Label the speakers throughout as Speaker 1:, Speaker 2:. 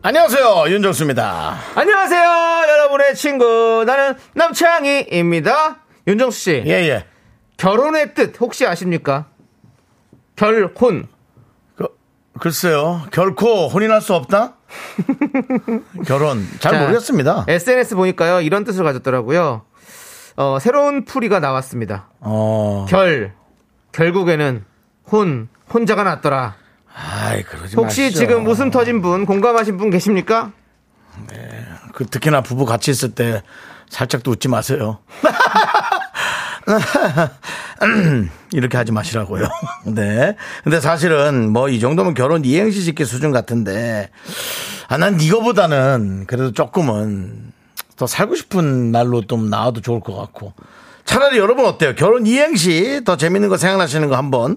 Speaker 1: 안녕하세요 윤정수입니다.
Speaker 2: 안녕하세요, 여러분의 친구. 나는 남창희입니다. 윤정수 씨,
Speaker 1: 예예.
Speaker 2: 결혼의 뜻 혹시 아십니까? 결혼.
Speaker 1: 그, 글쎄요 결코 혼이 날 수 없다. 결혼 잘
Speaker 2: 자, 예.
Speaker 1: 모르겠습니다.
Speaker 2: SNS 보니까요, 이런 뜻을 가졌더라고요. 어, 새로운 풀이가 나왔습니다.
Speaker 1: 어.
Speaker 2: 결. 결국에는 혼. 혼자가 났더라.
Speaker 1: 아이 그러지
Speaker 2: 혹시
Speaker 1: 마시죠.
Speaker 2: 지금 웃음 터진 분, 공감하신 분 계십니까?
Speaker 1: 그 특히나 부부 같이 있을 때 살짝도 웃지 마세요. 이렇게 하지 마시라고요. 네. 근데 사실은 뭐 이 정도면 결혼 이행시 짓기 수준 같은데, 아, 난 이거보다는 그래도 조금은 더 살고 싶은 날로 좀 나와도 좋을 것 같고. 차라리 여러분 어때요? 결혼 이행시 더 재밌는 거 생각나시는 거 한번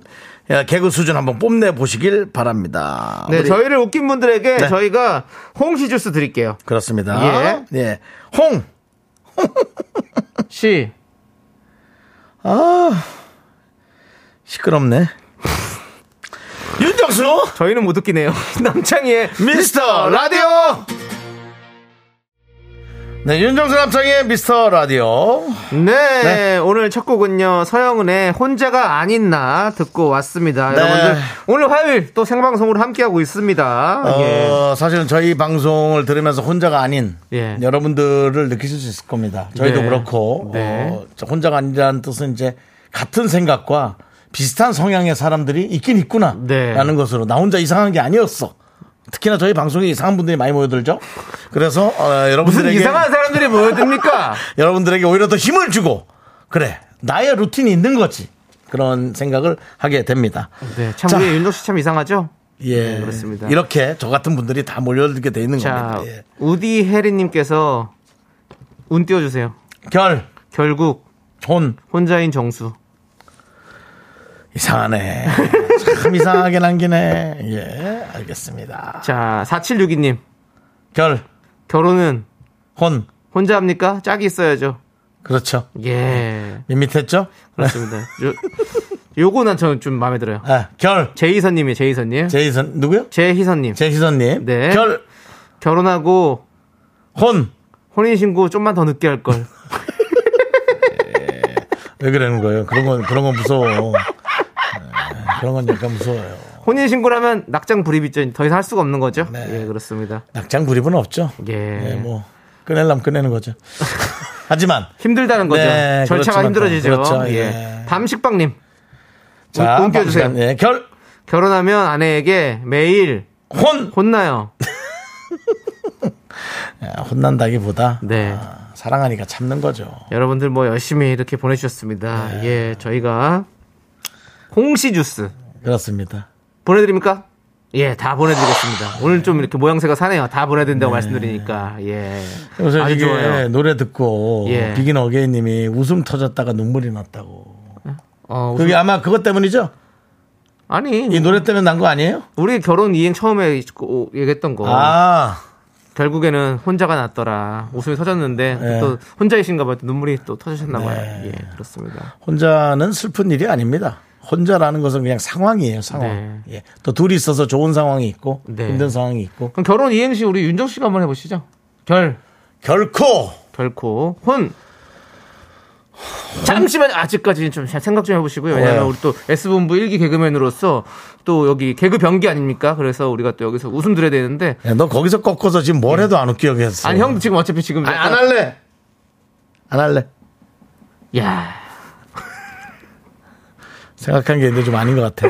Speaker 1: 예, 개그 수준 한번 뽐내 보시길 바랍니다.
Speaker 2: 네,
Speaker 1: 우리-
Speaker 2: 저희를 웃긴 분들에게
Speaker 1: 네.
Speaker 2: 저희가 홍시 주스 드릴게요.
Speaker 1: 그렇습니다. 예. 홍
Speaker 2: 시.
Speaker 1: 아 시끄럽네. 윤정수
Speaker 2: 저희는 못 웃기네요. 남창희의
Speaker 1: 미스터 라디오. 네, 윤정수 남창의 미스터 라디오.
Speaker 2: 네, 오늘 첫 곡은요 서영은의 혼자가 아닌 나 듣고 왔습니다.
Speaker 1: 네.
Speaker 2: 여러분들 오늘 화요일 또 생방송으로 함께하고 있습니다. 예.
Speaker 1: 어, 사실은 저희 방송을 들으면서 혼자가 아닌
Speaker 2: 예.
Speaker 1: 여러분들을 느끼실 수 있을 겁니다. 저희도
Speaker 2: 네.
Speaker 1: 그렇고
Speaker 2: 네.
Speaker 1: 어, 저 혼자가 아니라는 뜻은 이제 같은 생각과 비슷한 성향의 사람들이 있긴 있구나
Speaker 2: 네.
Speaker 1: 라는 것으로 나 혼자 이상한 게 아니었어. 특히나 저희 방송에 이상한 분들이 많이 모여들죠. 그래서 어,
Speaker 2: 무슨
Speaker 1: 여러분들에게
Speaker 2: 이상한 사람들이 모여듭니까?
Speaker 1: 여러분들에게 오히려 더 힘을 주고 그래 나의 루틴이 있는 거지 그런 생각을 하게 됩니다.
Speaker 2: 네, 참
Speaker 1: 자.
Speaker 2: 우리 윤종 씨참 이상하죠?
Speaker 1: 예,
Speaker 2: 네, 그렇습니다.
Speaker 1: 이렇게 저 같은 분들이 다 몰려들게 돼 있는
Speaker 2: 자,
Speaker 1: 겁니다. 예.
Speaker 2: 우디 해리님께서 운 띄워주세요.
Speaker 1: 결,
Speaker 2: 결국
Speaker 1: 혼
Speaker 2: 혼자인 정수.
Speaker 1: 이상하네. 참 이상하게 남기네. 예, 알겠습니다.
Speaker 2: 자, 4762님
Speaker 1: 결,
Speaker 2: 결혼은
Speaker 1: 혼
Speaker 2: 혼자 합니까? 짝이 있어야죠.
Speaker 1: 그렇죠.
Speaker 2: 예,
Speaker 1: 밋밋했죠?
Speaker 2: 그렇습니다. 요, 요거 난 저는 좀 마음에 들어요.
Speaker 1: 아, 결
Speaker 2: 제이선님이 제이선님.
Speaker 1: 제이선 누구요?
Speaker 2: 제희선님
Speaker 1: 제희선님.
Speaker 2: 네.
Speaker 1: 결,
Speaker 2: 결혼하고
Speaker 1: 혼.
Speaker 2: 혼인신고 좀만 더 늦게 할 걸.
Speaker 1: 왜 그러는 거예요? 그런 건 그런 건 무서워. 예, 그런 건 약간 무서워요.
Speaker 2: 혼인신고를 하면 낙장 불입이죠. 더 이상 할 수가 없는 거죠.
Speaker 1: 네.
Speaker 2: 예, 그렇습니다.
Speaker 1: 낙장 불입은 없죠.
Speaker 2: 예.
Speaker 1: 예, 뭐 꺼내려면 꺼내는 거죠. 하지만
Speaker 2: 힘들다는 거죠.
Speaker 1: 네, 그렇지만
Speaker 2: 절차가
Speaker 1: 또,
Speaker 2: 힘들어지죠.
Speaker 1: 그렇죠.
Speaker 2: 예.
Speaker 1: 예.
Speaker 2: 밤식빵님.
Speaker 1: 자,
Speaker 2: 움- 움켜주세요.
Speaker 1: 방금, 예, 결,
Speaker 2: 결혼하면 아내에게 매일
Speaker 1: 혼,
Speaker 2: 혼나요.
Speaker 1: 예, 혼난다기보다
Speaker 2: 네.
Speaker 1: 아, 사랑하니까 참는 거죠.
Speaker 2: 여러분들 뭐 열심히 이렇게 보내주셨습니다.
Speaker 1: 네.
Speaker 2: 예, 저희가 홍시 주스
Speaker 1: 그렇습니다.
Speaker 2: 보내드립니까? 예, 다
Speaker 1: 아,
Speaker 2: 보내드리겠습니다.
Speaker 1: 네.
Speaker 2: 오늘 좀 이렇게 모양새가 사네요. 다 보내드린다고 말씀드리니까. 예.
Speaker 1: 요새
Speaker 2: 아주
Speaker 1: 이게
Speaker 2: 좋아요.
Speaker 1: 노래 듣고
Speaker 2: 예.
Speaker 1: 비긴 어게인님이 웃음 터졌다가 눈물이 났다고.
Speaker 2: 어,
Speaker 1: 그게 아마 그것 때문이죠?
Speaker 2: 아니
Speaker 1: 이 노래 때문에 난 거 아니에요?
Speaker 2: 우리 결혼 이행 처음에 고- 얘기했던 거
Speaker 1: 아,
Speaker 2: 결국에는 혼자가 났더라 웃음이 터졌는데
Speaker 1: 예.
Speaker 2: 또 혼자이신가 봐요 또 눈물이 또 터지셨나 봐요
Speaker 1: 네.
Speaker 2: 예 그렇습니다
Speaker 1: 혼자는 슬픈 일이 아닙니다. 혼자라는 것은 그냥 상황이에요, 상황. 예. 또 둘이 있어서 좋은 상황이 있고
Speaker 2: 네.
Speaker 1: 힘든 상황이 있고
Speaker 2: 그럼 결혼 이행시 우리 윤정 씨가 한번 해보시죠 결
Speaker 1: 결코
Speaker 2: 결코 혼 잠시만 아직까지는 좀 생각 좀 해보시고요. 왜냐하면
Speaker 1: 왜요?
Speaker 2: 우리 또 S본부 일기 개그맨으로서 또 여기 개그 병기 아닙니까? 그래서 우리가 또 여기서 웃음 드려야 되는데
Speaker 1: 야, 너 거기서 꺾어서 지금 뭘 해도 안 웃기게 했어.
Speaker 2: 아니 형도 지금 어차피 지금
Speaker 1: 네. 아니,
Speaker 2: 약간-
Speaker 1: 안 할래. 안 할래.
Speaker 2: 야
Speaker 1: 생각한 게 이제 좀 아닌 것 같아.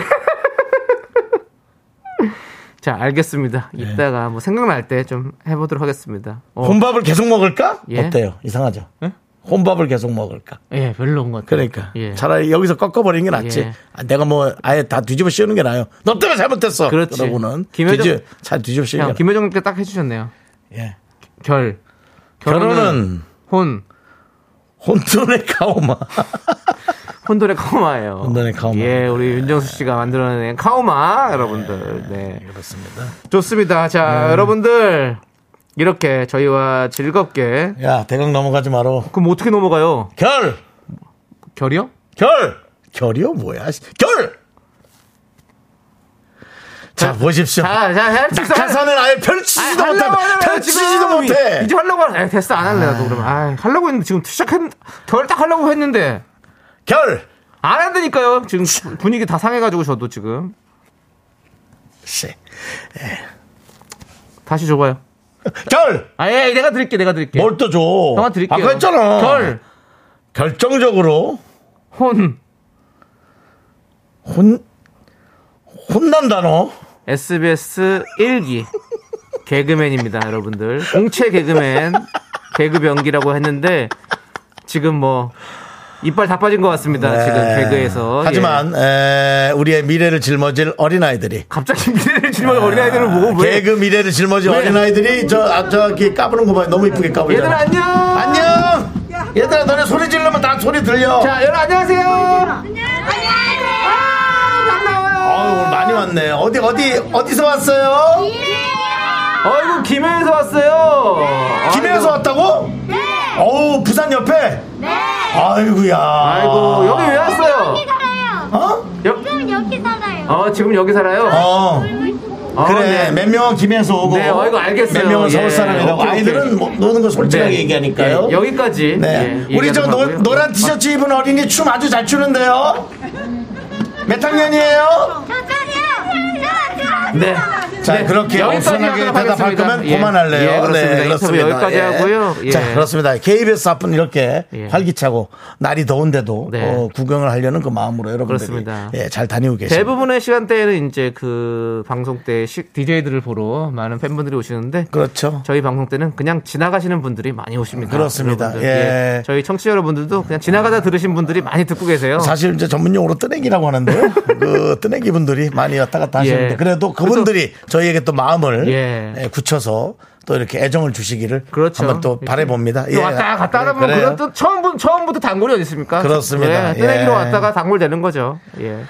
Speaker 2: 자, 알겠습니다.
Speaker 1: 네.
Speaker 2: 이따가 뭐 생각날 때 좀 해보도록 하겠습니다. 어,
Speaker 1: 혼밥을 계속 먹을까?
Speaker 2: 예.
Speaker 1: 어때요? 이상하죠?
Speaker 2: 예?
Speaker 1: 혼밥을 계속 먹을까?
Speaker 2: 예, 별로인 것 같아요.
Speaker 1: 그러니까
Speaker 2: 예.
Speaker 1: 차라리 여기서 꺾어버리는 게 낫지.
Speaker 2: 예.
Speaker 1: 아, 내가 뭐 아예 다 뒤집어 씌우는 게 나아요. 너 때문에 잘못했어.
Speaker 2: 그렇지.
Speaker 1: 그러고는
Speaker 2: 김효정-
Speaker 1: 뒤집, 잘 뒤집어 씌우는
Speaker 2: 그냥
Speaker 1: 게
Speaker 2: 김효정 님께 딱 해주셨네요.
Speaker 1: 나아요. 예.
Speaker 2: 결.
Speaker 1: 결혼은
Speaker 2: 혼.
Speaker 1: 혼돈의 가오마.
Speaker 2: 혼돈의 카오마예요.
Speaker 1: 혼돈의 카오마.
Speaker 2: 예, 우리 윤정수 씨가 만들어낸 카오마 여러분들. 네.
Speaker 1: 그렇습니다.
Speaker 2: 좋습니다. 자,
Speaker 1: 네.
Speaker 2: 여러분들 이렇게 저희와 즐겁게
Speaker 1: 야, 대강 넘어가지 마라.
Speaker 2: 그럼 어떻게 넘어가요?
Speaker 1: 결!
Speaker 2: 결이요?
Speaker 1: 결! 결이요? 뭐야? 결! 자, 보십시오.
Speaker 2: 자, 자, 자, 직선.
Speaker 1: 낙하산을 아예
Speaker 2: 아,
Speaker 1: 펼치지도
Speaker 2: 하려고
Speaker 1: 못해.
Speaker 2: 하려고
Speaker 1: 펼치지도
Speaker 2: 지금.
Speaker 1: 못해.
Speaker 2: 이제 하려고 하려. 됐어 안 할래 나도 그러면. 아, 하려고 했는데 지금 시작한 결 딱 하려고 했는데
Speaker 1: 결!
Speaker 2: 안 한다니까요. 지금 분위기 다 상해가지고 저도 지금
Speaker 1: 씨.
Speaker 2: 다시 줘봐요.
Speaker 1: 결!
Speaker 2: 아예 내가 드릴게 내가 드릴게.
Speaker 1: 뭘 또 줘?
Speaker 2: 형아 드릴게요.
Speaker 1: 아까 했잖아.
Speaker 2: 결,
Speaker 1: 결정적으로
Speaker 2: 혼,
Speaker 1: 혼, 혼난 단어.
Speaker 2: SBS 1기 개그맨입니다, 여러분들. 공채 개그맨, 개그병기라고 했는데 지금 뭐 이빨 다 빠진 것 같습니다. 지금
Speaker 1: 예.
Speaker 2: 아, 개그에서. 예.
Speaker 1: 하지만 에, 우리의 미래를 짊어질 어린아이들이
Speaker 2: 갑자기 미래를 짊어 어린아이들을 보고 왜?
Speaker 1: 개그 미래를 짊어질 어린아이들이 저 아, 저기 까부는 거 봐요. 너무 이쁘게 까불잖아.
Speaker 2: 얘들아 안녕.
Speaker 1: 안녕. 얘들아 너네 소리 지르면 다 소리 들려.
Speaker 2: 자, 여러분 안녕하세요.
Speaker 1: 아유 오늘 많이 왔네. 어디 어디 어디서 왔어요?
Speaker 2: 어이구 김해에서 왔어요.
Speaker 1: 김해에서 왔다고? 네. 어우 부산 옆에. 네. 아이구야.
Speaker 2: 아이고 여기 왜 왔어요?
Speaker 1: 어?
Speaker 2: 여- 어 지금 여기 살아요.
Speaker 1: 어.
Speaker 2: 어,
Speaker 1: 그래
Speaker 2: 네.
Speaker 1: 몇 명은 김해에서 오고.
Speaker 2: 네, 어, 이거 알겠어요.
Speaker 1: 몇 명은
Speaker 2: 예.
Speaker 1: 서울 사람이라고.
Speaker 2: 오케이, 오케이.
Speaker 1: 아이들은 뭐 노는 거 솔직하게
Speaker 2: 네.
Speaker 1: 얘기하니까요.
Speaker 2: 예, 여기까지.
Speaker 1: 네.
Speaker 2: 예,
Speaker 1: 우리 저
Speaker 2: 얘기하도록
Speaker 1: 노,
Speaker 2: 하고요.
Speaker 1: 노란 티셔츠 입은 어린이 춤 아주 잘 추는데요. 몇 학년이에요?
Speaker 2: 네.
Speaker 1: 자, 그렇게
Speaker 2: 여기까지
Speaker 1: 엄선하게
Speaker 2: 하도록
Speaker 1: 대답할
Speaker 2: 하겠습니다.
Speaker 1: 거면
Speaker 2: 예.
Speaker 1: 그만할래요.
Speaker 2: 예, 그렇습니다.
Speaker 1: 네,
Speaker 2: 인터뷰
Speaker 1: 그렇습니다.
Speaker 2: 여기까지
Speaker 1: 예.
Speaker 2: 하고요. 예.
Speaker 1: 자, 그렇습니다. KBS 앞은 이렇게
Speaker 2: 예.
Speaker 1: 활기차고 날이 더운데도
Speaker 2: 네.
Speaker 1: 어, 구경을 하려는 그 마음으로 여러분들이
Speaker 2: 그렇습니다.
Speaker 1: 예, 잘 다니고 계십니다.
Speaker 2: 아, 대부분의 시간대에는 이제 그 방송 때 DJ들을 보러 많은 팬분들이 오시는데
Speaker 1: 그렇죠.
Speaker 2: 저희 방송 때는 그냥 지나가시는 분들이 많이 오십니다.
Speaker 1: 그렇습니다.
Speaker 2: 여러분들.
Speaker 1: 예.
Speaker 2: 저희 청취자 여러분들도 그냥 지나가다 들으신 분들이 많이 듣고 계세요.
Speaker 1: 사실 이제 전문용어로 뜨내기라고 하는데요. 그 뜨내기 분들이 많이 왔다 갔다
Speaker 2: 예.
Speaker 1: 하시는데 그래도 그분들이 저희에게 또 마음을
Speaker 2: 예.
Speaker 1: 예, 굳혀서 또 이렇게 애정을 주시기를
Speaker 2: 그렇죠.
Speaker 1: 한번 또 바래봅니다.
Speaker 2: 또 왔다 갔다 하다 보면
Speaker 1: 예. 그래요.
Speaker 2: 그건 또 처음부터, 처음부터 단골이 어디 있습니까?
Speaker 1: 그렇습니다.
Speaker 2: 예, 뜨내기로
Speaker 1: 예.
Speaker 2: 왔다가 단골 되는 거죠. 예.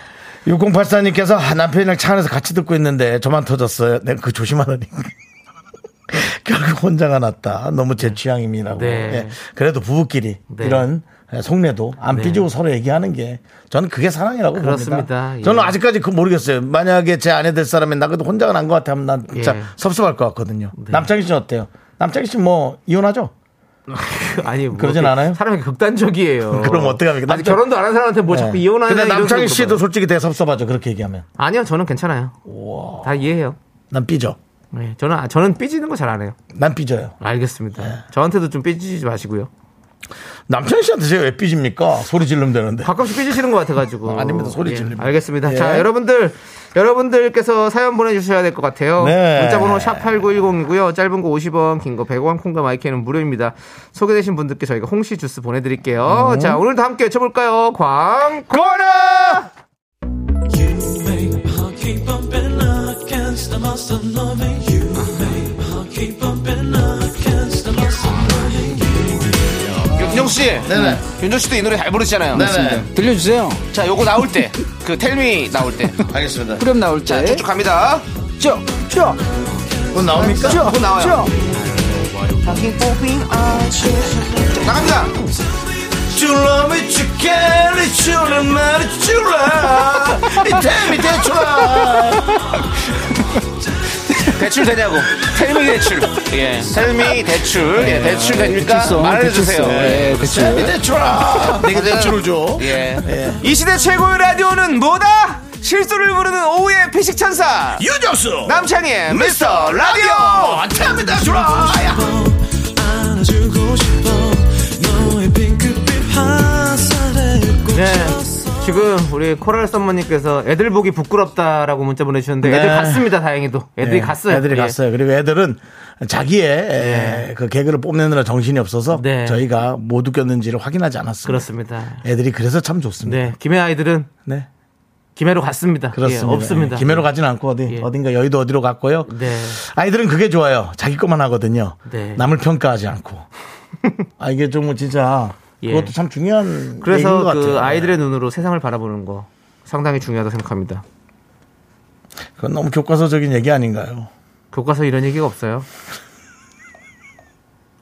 Speaker 1: 6084님께서 아, 남편이랑 차 안에서 같이 듣고 있는데 저만 터졌어요. 네, 그 조심하라니. 결국 혼자가 났다. 너무 제 취향입니다라고.
Speaker 2: 네.
Speaker 1: 예. 그래도 부부끼리
Speaker 2: 네.
Speaker 1: 이런 속내도 안
Speaker 2: 네.
Speaker 1: 삐지고 서로 얘기하는 게 저는 그게 사랑이라고
Speaker 2: 그렇습니다.
Speaker 1: 봅니다.
Speaker 2: 예.
Speaker 1: 저는 아직까지 그 모르겠어요. 만약에 제 아내 될 사람이 나 그래도 혼자가 난 것 같으면 난 진짜
Speaker 2: 예. 네.
Speaker 1: 섭섭할 것 같거든요. 남창희 씨는 어때요? 남창희 씨 뭐 이혼하죠?
Speaker 2: 아니, 뭐
Speaker 1: 그러진
Speaker 2: 이렇게
Speaker 1: 않아요?
Speaker 2: 사람이 극단적이에요.
Speaker 1: 그럼 어떡합니까? 남편-
Speaker 2: 아직 결혼도 안 한 사람한테 뭐 자꾸
Speaker 1: 네.
Speaker 2: 이혼하는
Speaker 1: 근데 남창희 씨도 솔직히 되게 섭섭하죠. 그렇게 얘기하면.
Speaker 2: 아니요, 저는 괜찮아요. 다 이해해요.
Speaker 1: 난 삐져.
Speaker 2: 네, 저는 아, 저는 삐지는 거 잘 안 해요.
Speaker 1: 난 삐져요.
Speaker 2: 알겠습니다. 저한테도 좀 삐지지 마시고요.
Speaker 1: 남창희 씨한테 제가 왜 삐집니까? 소리 지르면 되는데.
Speaker 2: 가끔씩 삐지시는 것 같아가지고.
Speaker 1: 아닙니다. 소리
Speaker 2: 예,
Speaker 1: 질립니다.
Speaker 2: 알겠습니다.
Speaker 1: 예.
Speaker 2: 자, 여러분들 여러분들께서 사연 보내주셔야 될 것 같아요.
Speaker 1: 네.
Speaker 2: 문자번호 샵 #8910이고요. 짧은 거 50원, 긴 거 100원, 콩과 마이크는 무료입니다. 소개되신 분들께 저희가 홍시 주스
Speaker 1: 음.
Speaker 2: 보내드릴게요. 자, 오늘도 함께 외쳐볼까요? 광고라.
Speaker 3: Babe, I'll keep bumping against the must of loving you. Babe, I'll keep bumping against the must of loving you.
Speaker 2: 윤정 씨,
Speaker 1: 네네.
Speaker 2: 윤정 씨도 이 노래 잘 부르잖아요.
Speaker 1: 네네.
Speaker 4: 들려주세요.
Speaker 2: 자, 요거 나올 때, 그 텔미 나올 때,
Speaker 1: 알겠습니다.
Speaker 4: 그럼 나올 때.
Speaker 2: 쭉쭉 갑니다.
Speaker 4: 쭉, 쭉,
Speaker 1: 그건 나옵니까?
Speaker 4: 쭉
Speaker 2: 그렇죠.
Speaker 4: 나와요.
Speaker 2: 나갑니다.
Speaker 1: 줄라 미치겠니 줄라 말이 줄라 이태미 대출아
Speaker 2: 대출 되냐고. 텔미 대출. 예. 텔미 대출. 예. 대출 됩니까?
Speaker 4: 대출성,
Speaker 2: 말해주세요.
Speaker 4: 대출성.
Speaker 2: 예. 네,
Speaker 4: 예, 대출.
Speaker 1: 이태미 대출아 내가 대출을 줘
Speaker 2: 예. 이 시대 최고의 라디오는 뭐다? 실수를 부르는 오후의 피식천사.
Speaker 1: 유정수
Speaker 2: 남창희의 미스터 라디오!
Speaker 1: 이태미 대출아
Speaker 3: 안아주고 싶어. 너의 핑크빛 화살에
Speaker 2: 네.
Speaker 3: 꽂혔어.
Speaker 2: 지금 우리 코랄 썸머님께서 애들 보기 부끄럽다라고 문자 보내주셨는데
Speaker 1: 네.
Speaker 2: 애들 갔습니다 다행히도 애들이
Speaker 1: 예,
Speaker 2: 갔어요
Speaker 1: 애들이
Speaker 2: 예.
Speaker 1: 갔어요. 그리고 애들은 자기의 에, 그 개그를 뽐내느라 정신이 없어서
Speaker 2: 네.
Speaker 1: 저희가 못 웃겼는지를 확인하지 않았습니다.
Speaker 2: 그렇습니다
Speaker 1: 애들이 그래서 참 좋습니다.
Speaker 2: 네 김해 아이들은
Speaker 1: 네.
Speaker 2: 김해로 갔습니다.
Speaker 1: 그렇습니다.
Speaker 2: 예, 없습니다.
Speaker 1: 예, 김해로 가진 않고 어디
Speaker 2: 예.
Speaker 1: 어딘가 여의도 어디로 갔고요.
Speaker 2: 네.
Speaker 1: 아이들은 그게 좋아요. 자기 것만 하거든요.
Speaker 2: 네.
Speaker 1: 남을 평가하지 않고. 아 이게 좀 진짜
Speaker 2: 예.
Speaker 1: 그것도 참 중요한 얘기인 네, 것
Speaker 2: 그래서 그
Speaker 1: 같아요.
Speaker 2: 아이들의 눈으로 세상을 바라보는 거 상당히 중요하다고 생각합니다.
Speaker 1: 그건 너무 교과서적인 얘기 아닌가요?
Speaker 2: 교과서 이런 얘기가 없어요.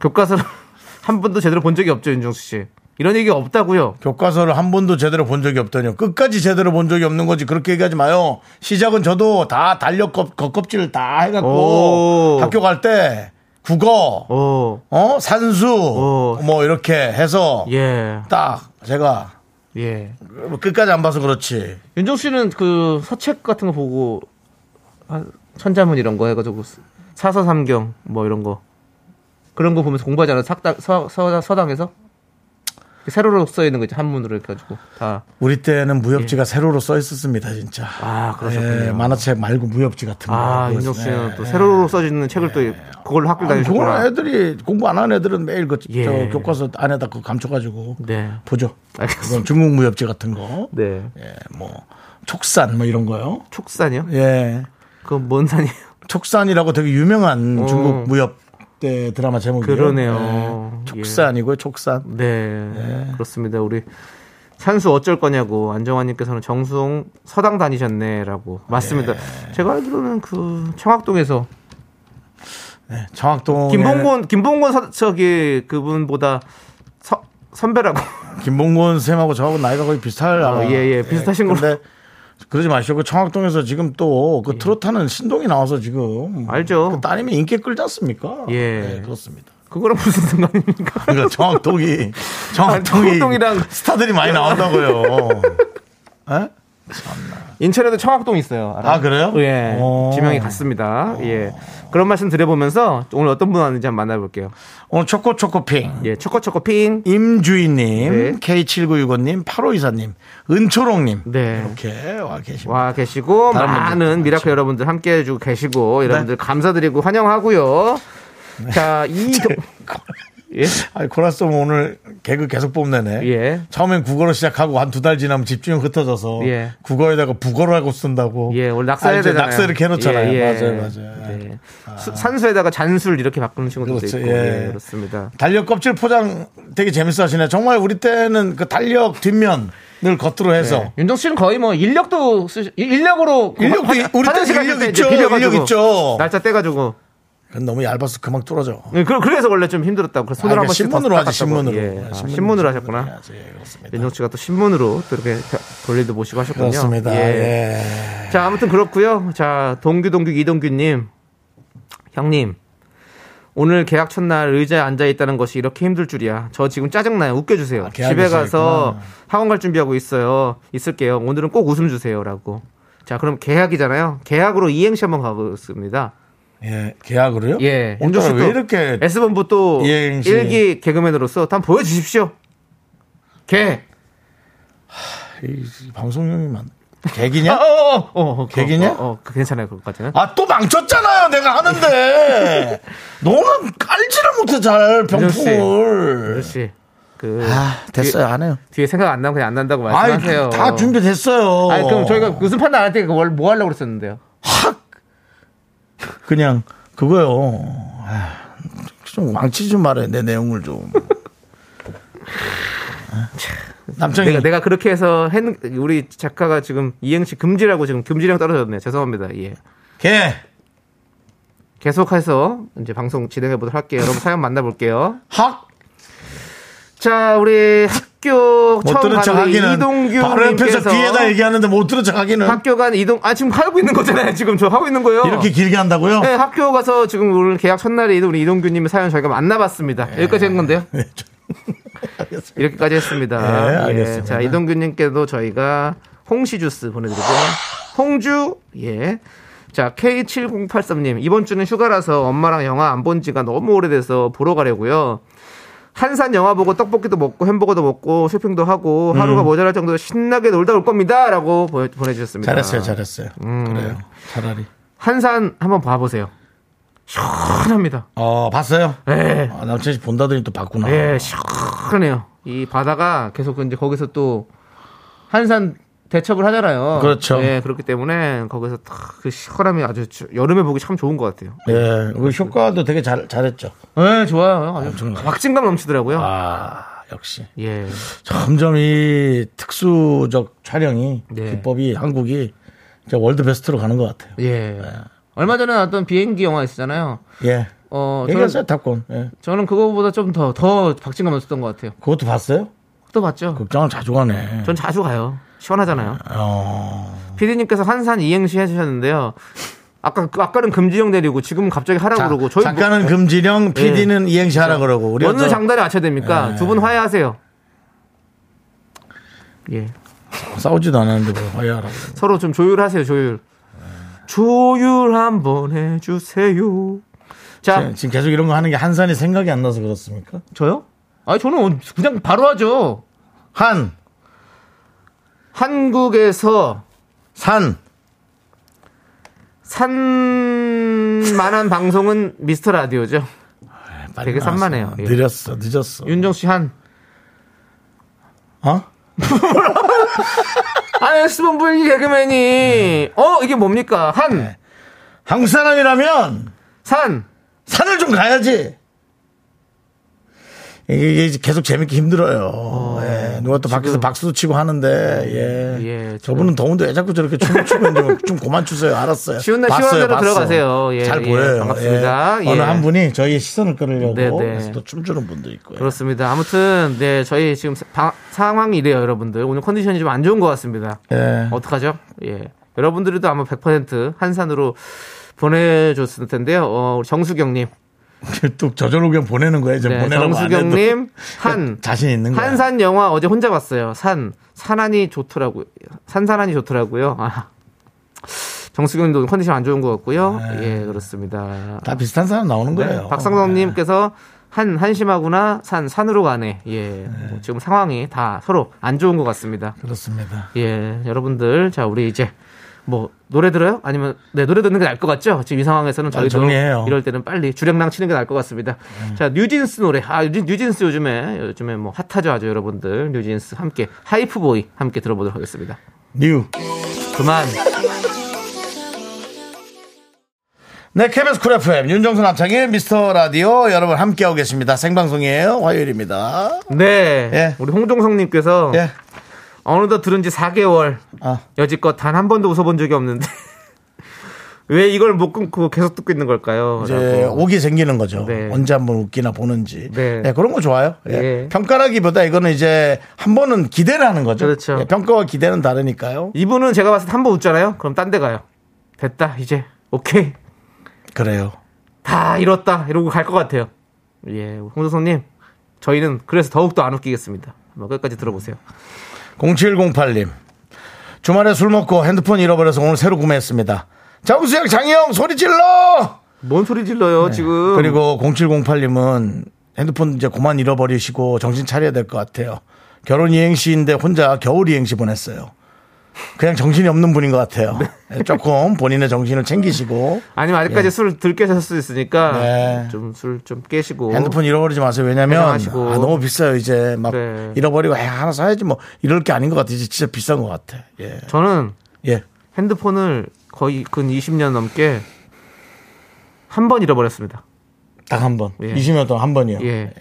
Speaker 2: 교과서를 한 번도 제대로 본 적이 없죠, 윤정수 씨. 이런 얘기가 없다고요.
Speaker 1: 교과서를 한 번도 제대로 본 적이 없더니요. 끝까지 제대로 본 적이 없는 거지. 그렇게 얘기하지 마요. 시작은 저도 다 달력 겉, 겉껍질을 다 해갖고
Speaker 2: 오.
Speaker 1: 학교 갈 때 국어,
Speaker 2: 오,
Speaker 1: 어 산수
Speaker 2: 오.
Speaker 1: 뭐 이렇게 해서
Speaker 2: 예,
Speaker 1: 딱 제가
Speaker 2: 예.
Speaker 1: 끝까지 안 봐서 그렇지.
Speaker 2: 윤정수 씨는 그 서책 같은 거 보고 한 천자문 이런 거 해가지고 사서삼경 뭐 이런 거 그런 거 보면서 공부하지 않아요? 삭당, 서, 서, 서당에서? 세로로 써 있는 거 있죠. 한문으로 이렇게 해가지고 다.
Speaker 1: 우리 때는 무협지가 세로로 써 있었습니다, 진짜.
Speaker 2: 예. 아, 그러셨군요.
Speaker 1: 예, 만화책 말고 무협지 같은 거.
Speaker 2: 아,
Speaker 1: 그거
Speaker 2: 윤정수 씨는
Speaker 1: 예.
Speaker 2: 또 세로로 써지는 책을 또 그걸로 학교
Speaker 1: 아니,
Speaker 2: 다니셨구나.
Speaker 1: 그거는 애들이 공부 안 하는 애들은 매일 그,
Speaker 2: 예.
Speaker 1: 저 교과서 안에다 그거 감춰가지고
Speaker 2: 네.
Speaker 1: 보죠.
Speaker 2: 알겠습니다.
Speaker 1: 그건 중국 무협지 같은 거.
Speaker 2: 네.
Speaker 1: 예, 뭐 촉산 뭐 이런 거요.
Speaker 2: 촉산이요?
Speaker 1: 예,
Speaker 2: 그건 뭔 산이에요?
Speaker 1: 촉산이라고 되게 유명한
Speaker 2: 어.
Speaker 1: 중국 무협 때 드라마 제목이에요.
Speaker 2: 그러네요.
Speaker 1: 예, 촉산이고요, 촉산.
Speaker 2: 네. 그렇습니다. 우리 산수 어쩔 거냐고 안정환님께서는 정수홍 서당 다니셨네라고 맞습니다. 제가 알기로는 그 청학동에서
Speaker 1: 네,
Speaker 2: 예.
Speaker 1: 정학동.
Speaker 2: 김봉곤 김봉곤 서, 저기 그분보다 서, 선배라고
Speaker 1: 김봉곤 쌤하고 저하고 나이가 거의 비슷할 아마.
Speaker 2: 예, 예, 비슷하신 걸로.
Speaker 1: 근데 그러지 마시고 그 청학동에서 지금 또 그 트롯 하는 신동이 나와서 지금
Speaker 2: 예. 알죠.
Speaker 1: 그 따님이 인기 끌지 않습니까?
Speaker 2: 예.
Speaker 1: 예, 그렇습니다.
Speaker 2: 그거랑 무슨 상관입니까?
Speaker 1: 그러니까 정학동이 정학동이
Speaker 2: 아, 청학동이랑
Speaker 1: 스타들이 많이 나온다고요. 예?
Speaker 2: 인천에도 청학동 있어요. 알아요?
Speaker 1: 아, 그래요?
Speaker 2: 예.
Speaker 1: 오.
Speaker 2: 지명이 같습니다. 예. 그런 말씀 드려보면서 오늘 어떤 분 왔는지 한번 만나볼게요.
Speaker 1: 오늘 초코 초코핑.
Speaker 2: 예, 초코초코핑.
Speaker 1: 임주희님,
Speaker 2: 네.
Speaker 1: K7965님, 8524님, 은초롱님
Speaker 2: 네.
Speaker 1: 이렇게 와 계십니다.
Speaker 2: 와 계시고
Speaker 1: 다른
Speaker 2: 많은
Speaker 1: 분들. 네.
Speaker 2: 미라클 여러분들 함께 해주고 계시고 여러분들 감사드리고 환영하고요. 자, 이 동... 예?
Speaker 1: 아니 코라스톰 오늘 개그 계속 뽐내네.
Speaker 2: 예.
Speaker 1: 처음엔 국어로 시작하고 한 두 달 지나면 집중이 흩어져서
Speaker 2: 예.
Speaker 1: 국어에다가 북어라고 쓴다고.
Speaker 2: 예, 원래
Speaker 1: 아,
Speaker 2: 낙서해야
Speaker 1: 이제
Speaker 2: 되잖아요.
Speaker 1: 낙서 이렇게 해놓잖아요.
Speaker 2: 예, 예.
Speaker 1: 맞아요, 맞아요.
Speaker 2: 네. 수- 산수에다가 잔술 이렇게 바꾸는 친구들도
Speaker 1: 그렇죠,
Speaker 2: 있고
Speaker 1: 예.
Speaker 2: 예, 그렇습니다.
Speaker 1: 달력 껍질 포장 되게 재밌어 하시네. 정말 우리 때는 그 달력 뒷면을 겉으로 해서.
Speaker 2: 윤정 씨는 거의 뭐 인력도 쓰 인력으로
Speaker 1: 인력도
Speaker 2: 네. 화-
Speaker 1: 이- 우리 때
Speaker 2: 화장실 갈
Speaker 1: 인력
Speaker 2: 때
Speaker 1: 있죠,
Speaker 2: 이제 빌려가지고
Speaker 1: 인력 있죠.
Speaker 2: 날짜 떼가지고
Speaker 1: 그건 너무 얇아서 그만 뚫어져.
Speaker 2: 네, 그- 그래서 원래 좀 힘들었다고 그래서 손을
Speaker 1: 아, 그러니까
Speaker 2: 한 번씩 더
Speaker 1: 신문으로 하지,
Speaker 2: 닦았다고.
Speaker 1: 신문으로.
Speaker 2: 예. 아,
Speaker 1: 아,
Speaker 2: 신문으로, 하셨구나
Speaker 1: 해야지. 예, 그렇습니다.
Speaker 2: 윤정 씨가 또 신문으로 또 이렇게 돌리도 모시고 하셨군요
Speaker 1: 그렇습니다. 예.
Speaker 2: 자, 아무튼 그렇고요. 자, 동규 동규 이동규 님. 형님. 오늘 계약 첫날 의자에 앉아 있다는 것이 이렇게 힘들 줄이야. 저 지금 짜증나요. 웃겨 주세요.
Speaker 1: 아, 계약이
Speaker 2: 집에 가서
Speaker 1: 있으니까.
Speaker 2: 학원 갈 준비하고 있어요. 있을게요. 오늘은 꼭 웃음 주세요라고. 자, 그럼 계약이잖아요. 계약으로 이행시 한번 가보겠습니다.
Speaker 1: 예, 계약으로요?
Speaker 2: 예.
Speaker 1: 오늘
Speaker 2: 윤정 씨
Speaker 1: 왜
Speaker 2: 또
Speaker 1: 이렇게
Speaker 2: S본부 또
Speaker 1: 이행시.
Speaker 2: 일기 개그맨으로서 한번 보여 주십시오. 개.
Speaker 1: 이 방송용이 많. 계기냐?
Speaker 2: 어, 어, 어, 어, 어,
Speaker 1: 개기냐?
Speaker 2: 어, 어, 그 괜찮아요. 그것까지는.
Speaker 1: 아 또 망쳤잖아요 내가 하는데 너는 깔지를 못해 잘 병풍을
Speaker 2: 아저씨. 그
Speaker 1: 아 됐어요 안 해요
Speaker 2: 뒤에 생각 안 나면 그냥 안 난다고 말씀하세요.
Speaker 1: 예. 아이 다 준비됐어요
Speaker 2: 아니, 그럼 저희가 무슨 판단 안 할 때 뭘, 뭐 하려고 그랬었는데요?
Speaker 1: 확 그냥 그거요 아, 좀 왕치 좀 말아요 내 내용을 좀 남창이
Speaker 2: 내가, 내가 그렇게 해서 했, 우리 작가가 지금 이행시 금지라고 지금 금지령 떨어졌네요. 죄송합니다. 예.
Speaker 1: 걔
Speaker 2: 계속해서 이제 방송 진행해 보도록 할게요. 여러분 사연 만나볼게요.
Speaker 1: 확.
Speaker 2: 자, 우리 학교
Speaker 1: 못
Speaker 2: 처음
Speaker 1: 들은 척
Speaker 2: 가는
Speaker 1: 하기는
Speaker 2: 이동규
Speaker 1: 바로 옆에서
Speaker 2: 님께서
Speaker 1: 귀에다 얘기하는데 못 들은 척 하기는
Speaker 2: 학교 간 이동 아 지금 하고 있는 거잖아요. 지금 저 하고 있는 거예요.
Speaker 1: 이렇게 길게 한다고요?
Speaker 2: 네, 학교 가서 지금 오늘 계약 첫날에 우리 이동규님의 사연 저희가 만나봤습니다. 여기까지 한 건데요.
Speaker 1: 네, 저- 알겠습니다.
Speaker 2: 이렇게까지 했습니다.
Speaker 1: 예,
Speaker 2: 예,
Speaker 1: 알겠습니다.
Speaker 2: 자, 이동규님께도 저희가 홍시 주스 보내드리고, 홍주, 예. 자, K7083님, 이번 주는 휴가라서 엄마랑 영화 안 본 지가 너무 오래돼서 보러 가려고요. 한산 영화 보고 떡볶이도 먹고 햄버거도 먹고 쇼핑도 하고
Speaker 1: 음.
Speaker 2: 하루가 모자랄 정도로 신나게 놀다 올 겁니다. 라고 보- 보내주셨습니다.
Speaker 1: 잘했어요 잘했어요
Speaker 2: 음.
Speaker 1: 그래요 차라리
Speaker 2: 한산 한번 봐보세요. 시원합니다.
Speaker 1: 어 봤어요?
Speaker 2: 예.
Speaker 1: 아, 남친 씨 본다더니 또
Speaker 2: 아.
Speaker 1: 봤구나.
Speaker 2: 네. 예, 시원해요. 이 바다가 계속 이제 거기서 또 한산 대첩을 하잖아요.
Speaker 1: 그렇죠.
Speaker 2: 예, 그렇기 때문에 거기서 딱 그 시커람이 아주 주- 여름에 보기 참 좋은 것 같아요.
Speaker 1: 예, 그 효과도 되게 잘 잘했죠.
Speaker 2: 예, 좋아요. 아주 박진감 넘치더라고요.
Speaker 1: 아 역시
Speaker 2: 예.
Speaker 1: 점점 이 특수적 촬영이
Speaker 2: 네.
Speaker 1: 기법이 한국이 이제 월드 베스트로 가는 것 같아요.
Speaker 2: 예. 얼마 전에 나왔던 비행기 영화 있잖아요.
Speaker 1: 예,
Speaker 2: 어,
Speaker 1: 얘기하세요
Speaker 2: 저는,
Speaker 1: 탑콘. 예.
Speaker 2: 저는 그거보다 좀 더, 더 박진감 넘쳤던 것 같아요.
Speaker 1: 그것도 봤어요?
Speaker 2: 또 봤죠?
Speaker 1: 극장을 자주 가네.
Speaker 2: 전 자주 가요. 시원하잖아요.
Speaker 1: 어,
Speaker 2: 피디님께서 환산 이행시 해주셨는데요. 아까, 그- 아까는 금지형 내리고 지금 갑자기 하라고
Speaker 1: 자,
Speaker 2: 그러고 저희
Speaker 1: 작가는 금지령, PD는 이행시 하라 그러고 우리
Speaker 2: 뭐, 어느 장단에 맞춰야 됩니까? 두 분 화해하세요. 예.
Speaker 1: 싸우지도 않았는데 뭘 화해하라고.
Speaker 2: 서로 좀 조율하세요, 조율. 조율 한번 해주세요. 자,
Speaker 1: 지- 지금 계속 이런 거 하는 게 한산이 생각이 안 나서 그렇습니까?
Speaker 2: 저요? 아니, 저는 그냥 바로 하죠.
Speaker 1: 한,
Speaker 2: 한국에서
Speaker 1: 산,
Speaker 2: 산만한 방송은 미스터 라디오죠.
Speaker 1: 빨리
Speaker 2: 되게
Speaker 1: 나왔어.
Speaker 2: 산만해요. 예.
Speaker 1: 느렸어, 아, 늦었어.
Speaker 2: 윤정씨 한.
Speaker 1: 어?
Speaker 2: 아니, 수본부 일기 개그맨이. 어, 이게 뭡니까? 한,
Speaker 1: 한국 사람이라면
Speaker 2: 산.
Speaker 1: 산을 좀 가야지. 이게 이게 계속 재밌기 힘들어요. 예, 누가 또 밖에서 박수도 치고 하는데, 예.
Speaker 2: 예, 지금.
Speaker 1: 저분은 더운데 왜 자꾸 저렇게 춤을 추고 있는지 좀 그만 추세요. 알았어요.
Speaker 2: 쉬운 날 쉬운 대로 들어가세요. 예,
Speaker 1: 잘
Speaker 2: 예,
Speaker 1: 보여요.
Speaker 2: 반갑습니다.
Speaker 1: 예. 어느
Speaker 2: 예.
Speaker 1: 한 분이 저희의 시선을 끌으려고
Speaker 2: 네, 네.
Speaker 1: 그래서 또 춤추는 분도 있고요.
Speaker 2: 그렇습니다. 아무튼, 네, 저희 지금 사- 상황이 이래요, 여러분들. 오늘 컨디션이 좀 안 좋은 것 같습니다.
Speaker 1: 예.
Speaker 2: 어떡하죠? 예. 여러분들도 아마 100% 한산으로 보내줬을 텐데요. 어, 우리 정수경님.
Speaker 1: 또 저절로 그냥 보내는 거예요. 이제
Speaker 2: 네,
Speaker 1: 보내라고 안 해도.
Speaker 2: 정수경님. 한.
Speaker 1: 자신 있는 거야.
Speaker 2: 한산 영화 어제 혼자 봤어요. 산. 산안이 좋더라고요. 산산안이 좋더라고요. 아. 정수경님도 컨디션 안 좋은 것 같고요.
Speaker 1: 네.
Speaker 2: 예, 그렇습니다.
Speaker 1: 다 비슷한 사람 나오는 거예요.
Speaker 2: 네, 박상성님께서 한 한심하구나 산 산으로 가네. 예, 뭐 지금 상황이 다 서로 안 좋은 것 같습니다.
Speaker 1: 그렇습니다.
Speaker 2: 예, 여러분들 자 우리 이제 뭐 노래 들어요? 아니면 네 노래 듣는 게 나을 것 같죠? 지금 이 상황에서는
Speaker 1: 빨리
Speaker 2: 저희도
Speaker 1: 아, 정리해요. 음.
Speaker 2: 이럴 때는 빨리 주량랑 치는 게 나을 것 같습니다. 자 뉴진스 노래 아 뉴진- 뉴진스 요즘에 요즘에 뭐 핫하죠 아주 여러분들 뉴진스 함께 하이프보이 함께 들어보도록 하겠습니다.
Speaker 1: 뉴.
Speaker 2: 그만
Speaker 1: 네, KBS 쿨 FM 윤정수 남창의 미스터 라디오 여러분 함께하고 계십니다. 생방송이에요. 화요일입니다.
Speaker 2: 네
Speaker 1: 예.
Speaker 2: 우리 홍종성님께서
Speaker 1: 예.
Speaker 2: 어느덧 들은 지 4개월
Speaker 1: 아,
Speaker 2: 여지껏 단 한 번도 웃어본 적이 없는데 왜 이걸 못 끊고 계속 듣고 있는 걸까요?
Speaker 1: 이제
Speaker 2: 라고.
Speaker 1: 옥이 생기는 거죠.
Speaker 2: 네.
Speaker 1: 언제 한번 웃기나 보는지.
Speaker 2: 네.
Speaker 1: 예, 그런 거 좋아요. 예.
Speaker 2: 예.
Speaker 1: 평가라기보다 이거는 이제 한 번은 기대를 하는 거죠.
Speaker 2: 그렇죠.
Speaker 1: 예, 평가와 기대는 다르니까요.
Speaker 2: 이분은 제가 봤을 때 한 번 웃잖아요. 그럼 딴 데 가요. 됐다 이제 오케이
Speaker 1: 그래요.
Speaker 2: 다 이뤘다 이러고 갈 것 같아요. 예, 홍도성님 저희는 그래서 더욱 더 안 웃기겠습니다. 한번 끝까지 들어보세요.
Speaker 1: 0708님. 주말에 술 먹고 핸드폰 잃어버려서 오늘 새로 구매했습니다. 장수형, 장희형, 소리 질러!
Speaker 2: 뭔 소리 질러요 지금?
Speaker 1: 네. 그리고 0708님은 핸드폰 이제 그만 잃어버리시고 정신 차려야 될 것 같아요. 결혼 이행시인데 혼자 겨울 이행시 보냈어요. 그냥 정신이 없는 분인 것 같아요.
Speaker 2: 네.
Speaker 1: 예, 조금 본인의 정신을 챙기시고
Speaker 2: 아니면 아직까지 술 들깨셨을 수 있으니까
Speaker 1: 예. 네.
Speaker 2: 좀 술 좀 깨시고
Speaker 1: 핸드폰 잃어버리지 마세요. 왜냐면 아,
Speaker 2: 해장하시고. 네.
Speaker 1: 너무 비싸요. 이제 막
Speaker 2: 그래.
Speaker 1: 잃어버리고 에, 하나 사야지 뭐 이럴 게 아닌 것 같아. 이제 진짜 비싼 것 같아. 예.
Speaker 2: 저는
Speaker 1: 예.
Speaker 2: 핸드폰을 거의 근 20년 넘게 한 번 잃어버렸습니다.
Speaker 1: 딱 한 번.
Speaker 2: 예.
Speaker 1: 20년 동안 한 번이요.
Speaker 2: 예.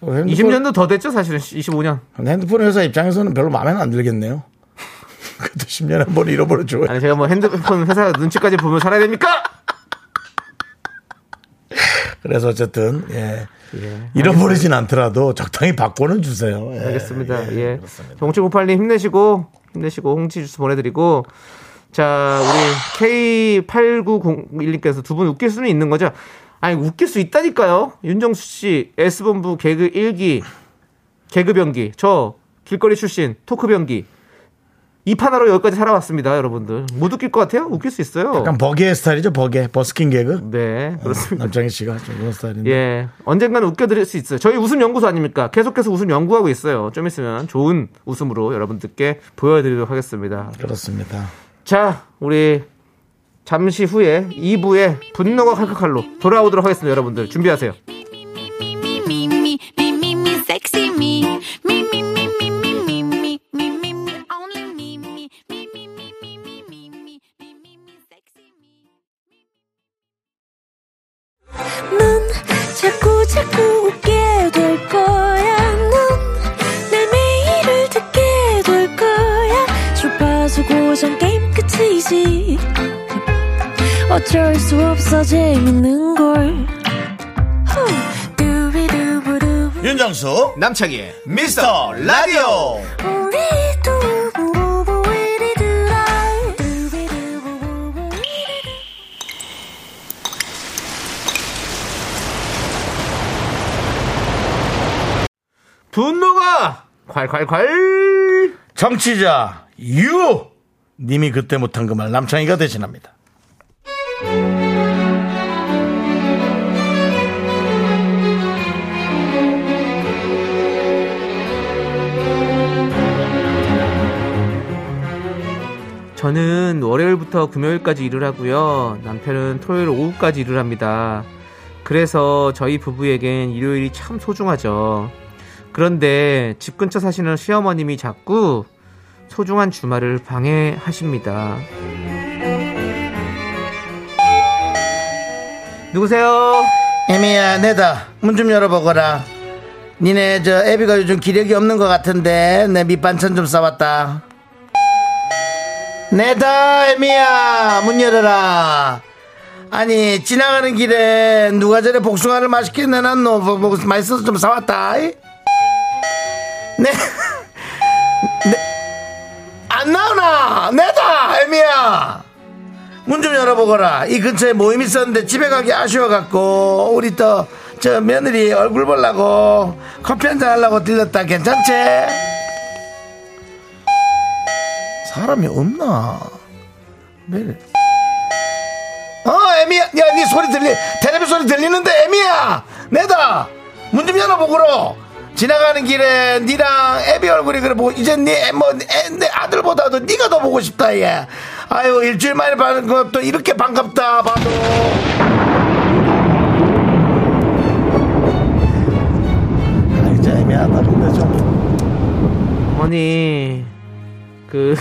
Speaker 1: 또 핸드폰-
Speaker 2: 20년도 더 됐죠, 사실은. 25년.
Speaker 1: 핸드폰 회사 입장에서는 별로 마음에는 안 들겠네요. 그래도 10년에 한 번 잃어버려줘요.
Speaker 2: 아니, 제가 뭐 핸드폰 회사 눈치까지 보면 살아야 됩니까?
Speaker 1: 그래서 어쨌든 예.
Speaker 2: 예.
Speaker 1: 잃어버리진 않더라도 적당히 바꿔는 주세요. 예.
Speaker 2: 알겠습니다. 예. 정치고팔님 힘내시고, 힘내시고, 홍치 주스 보내드리고, 자, 우리 K8901님께서 두 분 웃길 수는 있는 거죠? 아니, 웃길 수 있다니까요? 윤정수 씨, S본부 개그 1기, 개그병기, 저, 길거리 출신, 토크병기. 이 판으로 여기까지 살아왔습니다, 여러분들. 못 웃길 것 같아요? 웃길 수 있어요.
Speaker 1: 약간 버게 스타일이죠, 버게 버스킹 개그.
Speaker 2: 네, 그렇습니다.
Speaker 1: 남창희 씨가 좀 그런 스타일인데.
Speaker 2: 예. 언젠가는 웃겨드릴 수 있어요. 저희 웃음 연구소 아닙니까? 계속해서 웃음 연구하고 있어요. 좀 있으면 좋은 웃음으로 여러분들께 보여드리도록 하겠습니다.
Speaker 1: 그렇습니다.
Speaker 2: 자, 우리 잠시 후에 2부에 분노가 칼칼칼로 돌아오도록 하겠습니다. 여러분들 준비하세요.
Speaker 5: me, me, me, me, me, sexy me. Me, me, me, me, me, me, me, me, me, me, only me, me.
Speaker 6: 선수 고전 게임 끝이지 어쩔 수 없어 재밌는 걸 후. 두비두부두.
Speaker 1: 윤정수
Speaker 2: 남창희의
Speaker 1: 미스터 라디오
Speaker 6: 우리 두부부부 우리들아. 두비두부부부 우리들아.
Speaker 2: 분노가 콸콸콸
Speaker 1: 정치자 유 님이 그때 못한 그 말 남창희가 대신합니다.
Speaker 2: 저는 월요일부터 금요일까지 일을 하고요. 남편은 토요일 오후까지 일을 합니다. 그래서 저희 부부에겐 일요일이 참 소중하죠. 그런데 집 근처 사시는 시어머님이 자꾸 소중한 주말을 방해하십니다. 누구세요?
Speaker 1: 애미야 내다 문 좀 열어보거라. 니네 저 애비가 요즘 기력이 없는 것 같은데 내 밑반찬 좀 싸왔다. 내다 애미야 문 열어라. 아니 지나가는 길에 누가 저래 복숭아를 맛있게 내놨노 뭐, 뭐, 맛있어서 좀 사왔다 이? 네. 안 나오나 내다 애미야 문 좀 열어보거라 이 근처에 모임 있었는데 집에 가기 아쉬워갖고 우리 또 저 며느리 얼굴 보려고 커피 한잔 하려고 들렸다 괜찮지 사람이 없나 매일 어 애미야 야네 소리 들리 테레비 소리 들리는데 애미야 내다 문 좀 열어보고로 지나가는 길에 니랑 애비 얼굴이 그래 보고 이제 네뭐내 아들보다도 네가 더 보고 싶다 얘 아유 일주일 만에 봐는 것도 이렇게 반갑다 봐도 아, 진짜 애매하다 근데 좀
Speaker 2: 어머니, 그,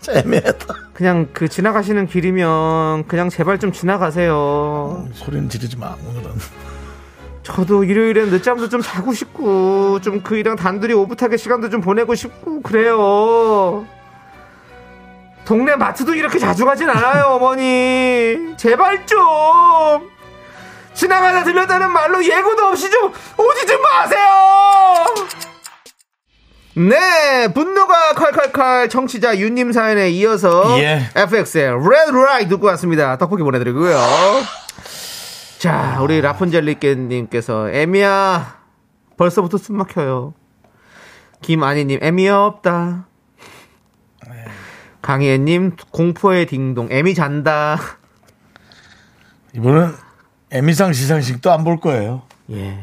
Speaker 1: 진짜 애매하다
Speaker 2: 그냥 그 지나가시는 길이면 그냥 제발 좀 지나가세요.
Speaker 1: 소리는 지르지 마 오늘은
Speaker 2: 저도 일요일엔 늦잠도 좀 자고 싶고 좀 그이랑 단둘이 오붓하게 시간도 좀 보내고 싶고 그래요. 동네 마트도 이렇게 자주 가진 않아요, 어머니. 제발 좀 지나가다 들렸다는 말로 예고도 없이 좀 오지 좀 마세요. 네, 분노가 칼칼칼 청취자 윤님 사연에 이어서
Speaker 1: 예.
Speaker 2: FX의 Red Ride 듣고 왔습니다. 떡볶이 보내드리고요. 자, 우리 라푼젤리께님께서 에미야 벌써부터 숨 막혀요. 김아니님 에미야 없다. 강희애님 공포의 딩동 에미 잔다.
Speaker 1: 이번은 애미상 시상식도 안 볼 거예요
Speaker 2: 예.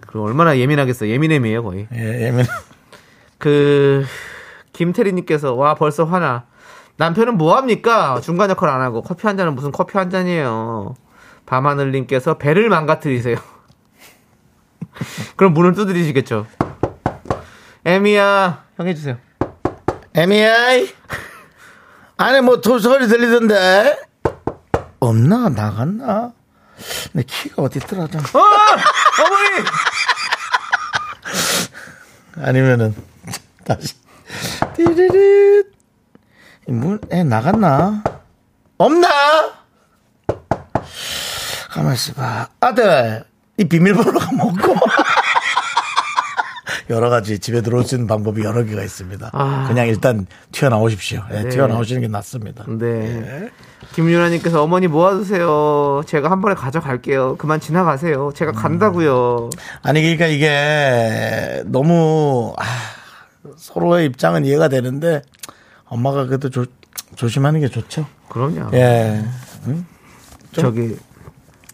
Speaker 2: 그리고 얼마나 예민하겠어. 예민해미예요 거의.
Speaker 1: 예 애미
Speaker 2: 그 김태리님께서 와 벌써 화나. 남편은 뭐 합니까? 중간 역할 안 하고 커피 한 잔은 무슨 커피 한 잔이에요. 밤하늘님께서 배를 망가뜨리세요. 그럼 문을 두드리시겠죠. 에미야 형 해주세요.
Speaker 1: 애미야이 안에 뭐 도 소리 들리던데 없나 나갔나 내 키가 어디 있더라 좀
Speaker 2: 어! 어머니
Speaker 1: 아니면은 다시 띠르르 문에 나갔나 없나 가만 있어봐 아들 이 비밀번호가 뭐고 여러 가지 집에 들어올 수 있는 방법이 여러 개가 있습니다.
Speaker 2: 아.
Speaker 1: 그냥 일단 튀어나오십시오. 예, 튀어나오시는 게 낫습니다.
Speaker 2: 네. 김유라님께서 어머니 모아두세요. 제가 한 번에 가져갈게요. 그만 지나가세요. 제가 간다고요.
Speaker 1: 아니 그러니까 이게 너무 아, 서로의 입장은 이해가 되는데 엄마가 그래도 조, 조심하는 게 좋죠.
Speaker 2: 그럼요.
Speaker 1: 예.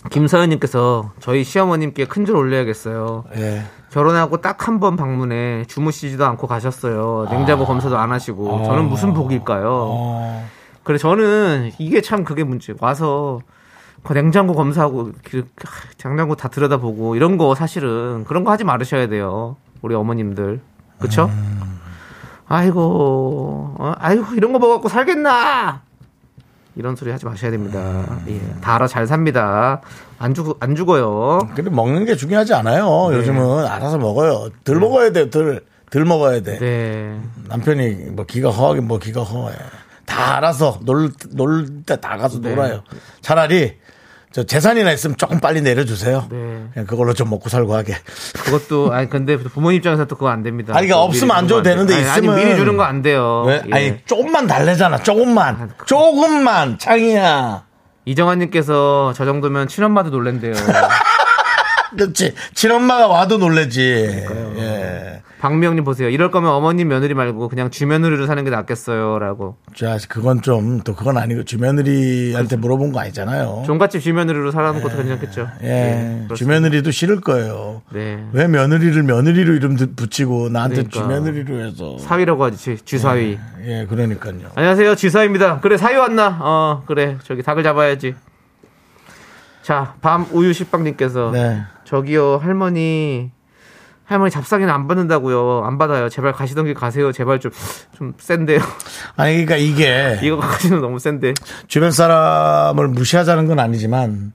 Speaker 2: 저기 김서연님께서 저희 시어머님께 큰 줄 올려야겠어요.
Speaker 1: 예.
Speaker 2: 결혼하고 딱 한 번 방문에 주무시지도 않고 가셨어요. 냉장고 검사도 안 하시고 저는 무슨 복일까요?
Speaker 1: 어.
Speaker 2: 그래 저는 이게 참 그게 문제. 와서 그 냉장고 검사하고 그- 하, 장장고 다 들여다보고 이런 거 사실은 그런 거 하지 말으셔야 돼요. 우리 어머님들. 그쵸?
Speaker 1: 음.
Speaker 2: 아이고, 어, 아이고 이런 거 먹어갖고 살겠나? 이런 소리 하지 마셔야 됩니다.
Speaker 1: 음.
Speaker 2: 예, 다 알아 잘 삽니다. 안 죽, 안 죽어요. 네.
Speaker 1: 근데 먹는 게 중요하지 않아요. 요즘은 알아서 먹어요. 덜 먹어야 돼요. 덜. 들 먹어야 돼.
Speaker 2: 네.
Speaker 1: 남편이 뭐 기가 허하긴 뭐 기가 허해. 다 알아서 놀 놀 때 다 가서
Speaker 2: 네.
Speaker 1: 놀아요. 차라리 저 재산이나 있으면 조금 빨리 내려주세요. 예,
Speaker 2: 네.
Speaker 1: 그냥 그걸로 좀 먹고 살고 하게.
Speaker 2: 그것도 아니 근데 부모님 입장에서 또 그거 안 됩니다.
Speaker 1: 아니, 그러니까
Speaker 2: 또
Speaker 1: 없으면
Speaker 2: 미리
Speaker 1: 안
Speaker 2: 주는
Speaker 1: 줘도
Speaker 2: 거
Speaker 1: 되는데
Speaker 2: 돼요. 아니, 아니,
Speaker 1: 있으면-
Speaker 2: 미리 주는 거 안 돼요.
Speaker 1: 왜?
Speaker 2: 예.
Speaker 1: 아니 조금만 달래잖아. 조금만 조금만 창이야.
Speaker 2: 이정환님께서 저 정도면 친엄마도 놀랜대요.
Speaker 1: 그렇지. 친엄마가 와도 놀래지. 예.
Speaker 2: 박미영님 보세요. 이럴 거면 어머님 며느리 말고 그냥 주며느리로 사는 게 낫겠어요라고.
Speaker 1: 자, 그건 좀 또 그건 아니고 주며느리한테 물어본 거 아니잖아요.
Speaker 2: 종갓집 주며느리로 살아는 것도 괜찮겠죠. 네,
Speaker 1: 예,
Speaker 2: 그렇습니다.
Speaker 1: 주며느리도 싫을 거예요.
Speaker 2: 네.
Speaker 1: 왜 며느리를 며느리로 이름 드- 붙이고 나한테
Speaker 2: 그러니까.
Speaker 1: 주며느리로 해서.
Speaker 2: 사위라고 하지 지- 쥐사위.
Speaker 1: 예, 그러니까요.
Speaker 2: 안녕하세요 쥐사위입니다. 그래 사위 왔나? 어 그래 저기 닭을 잡아야지. 자밤 우유 식빵님께서
Speaker 1: 네.
Speaker 2: 저기요 할머니 할머니 잡상이는 안 받는다고요 안 받아요 제발 가시던 길 가세요 제발 좀 좀 센데요
Speaker 1: 아니, 그러니까 이게
Speaker 2: 이거 가시는 너무 센데
Speaker 1: 주변 사람을 무시하자는 건 아니지만,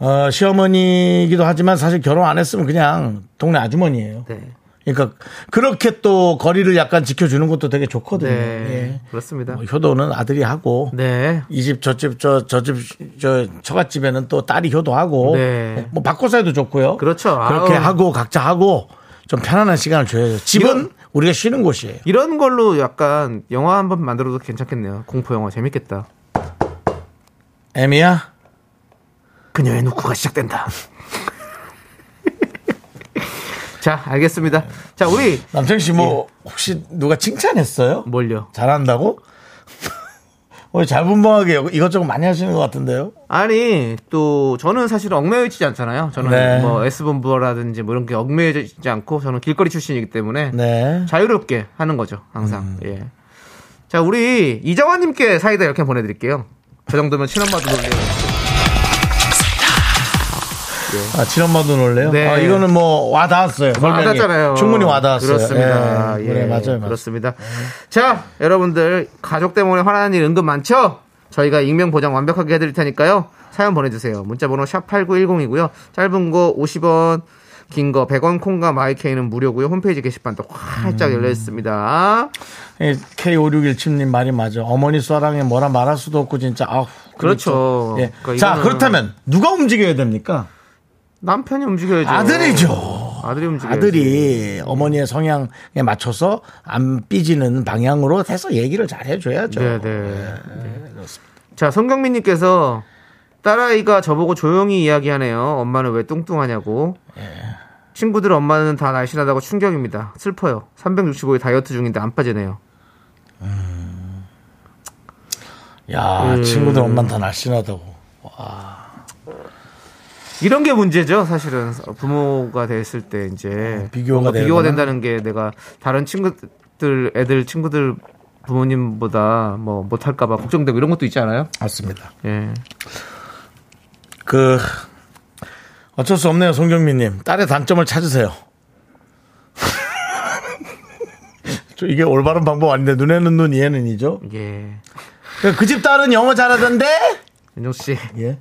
Speaker 1: 어, 시어머니이기도 하지만 사실 결혼 안 했으면 그냥 동네 아주머니예요.
Speaker 2: 네,
Speaker 1: 그러니까 그렇게 또 거리를 약간 지켜주는 것도 되게 좋거든요.
Speaker 2: 네
Speaker 1: 예.
Speaker 2: 그렇습니다
Speaker 1: 뭐 효도는 아들이 하고,
Speaker 2: 네
Speaker 1: 이 집 저 집 저 저 집 저 처갓집에는 또 딸이 효도하고
Speaker 2: 네.
Speaker 1: 뭐 바꿔서 해도 좋고요.
Speaker 2: 그렇죠.
Speaker 1: 그렇게
Speaker 2: 아우.
Speaker 1: 하고 각자 하고 좀 편안한 시간을 줘야죠. 집은
Speaker 2: 이건-
Speaker 1: 우리가 쉬는 곳이에요.
Speaker 2: 이런 걸로 약간 영화 한번 만들어도 괜찮겠네요 공포 영화 재밌겠다
Speaker 1: 애미야
Speaker 2: 그녀의 노크가 시작된다 자 알겠습니다 자 우리
Speaker 1: 남창 씨 뭐
Speaker 2: 예.
Speaker 1: 혹시 누가 칭찬했어요?
Speaker 2: 뭘요
Speaker 1: 잘한다고? 오늘 잘분방하게 이것저것 많이 하시는 것 같은데요.
Speaker 2: 아니 또 저는 사실 얽매여있지 않잖아요. 저는
Speaker 1: 네.
Speaker 2: 뭐 S본부라든지 뭐 이런 게 얽매여있지 않고 저는 길거리 출신이기 때문에
Speaker 1: 네. 음.
Speaker 2: 자유롭게 하는 거죠 항상. 예. 자 우리 이정환님께 사이다 이렇게 보내드릴게요. 저 정도면 친엄마도 놀래요.
Speaker 1: 아, 친엄마도 놀래요?
Speaker 2: 네.
Speaker 1: 아, 이거는 뭐 와닿았어요. 설명이.
Speaker 2: 와닿잖아요.
Speaker 1: 충분히 와닿았어요.
Speaker 2: 그렇습니다.
Speaker 1: 예,
Speaker 2: 예,
Speaker 1: 그래, 맞아요. 맞아요.
Speaker 2: 그렇습니다. 자 여러분들 가족 때문에 화나는 일 은근 많죠? 저희가 익명 보장 완벽하게 해드릴 테니까요. 사연 보내주세요. 문자번호 샵 #8910이고요. 짧은 거 50원, 긴 거 100원 콩과 마이케이는 무료고요. 홈페이지 게시판도 활짝
Speaker 1: 음.
Speaker 2: 열려 있습니다.
Speaker 1: K5617님 말이 맞아. 어머니 사랑에 뭐라 말할 수도 없고 진짜 아
Speaker 2: 그렇죠.
Speaker 1: 예.
Speaker 2: 그러니까
Speaker 1: 자
Speaker 2: 이거는-
Speaker 1: 그렇다면 누가 움직여야 됩니까?
Speaker 2: 남편이 움직여야죠.
Speaker 1: 아들이죠.
Speaker 2: 아들이 그렇죠. 움직여.
Speaker 1: 아들이 어머니의 성향에 맞춰서 안 삐지는 방향으로 해서 얘기를 잘 해줘야죠.
Speaker 2: 네, 네. 네. 자, 성경민 님께서 딸아이가 저보고 조용히 이야기하네요. 엄마는 왜 뚱뚱하냐고.
Speaker 1: 예.
Speaker 2: 친구들 엄마는 다 날씬하다고 충격입니다. 슬퍼요. 365일 다이어트 중인데 안 빠지네요.
Speaker 1: 야
Speaker 2: 음.
Speaker 1: 친구들 엄마는 다 날씬하다고.
Speaker 2: 이런 게 문제죠, 사실은. 부모가 됐을 때 이제
Speaker 1: 어, 비교가
Speaker 2: 뭔가
Speaker 1: 되는구나.
Speaker 2: 비교가 된다는 게 내가 다른 친구들 애들 친구들 부모님보다 뭐 못할까 봐 걱정되고 이런 것도 있지 않아요?
Speaker 1: 맞습니다.
Speaker 2: 예.
Speaker 1: 그 어쩔 수 없네요, 송경민님. 딸의 단점을 찾으세요. 저 이게 올바른 방법 아닌데 눈에는 눈, 이에는 이죠.
Speaker 2: 예.
Speaker 1: 그 집 딸은 영어 잘하던데?
Speaker 2: 윤정 씨.
Speaker 1: 예.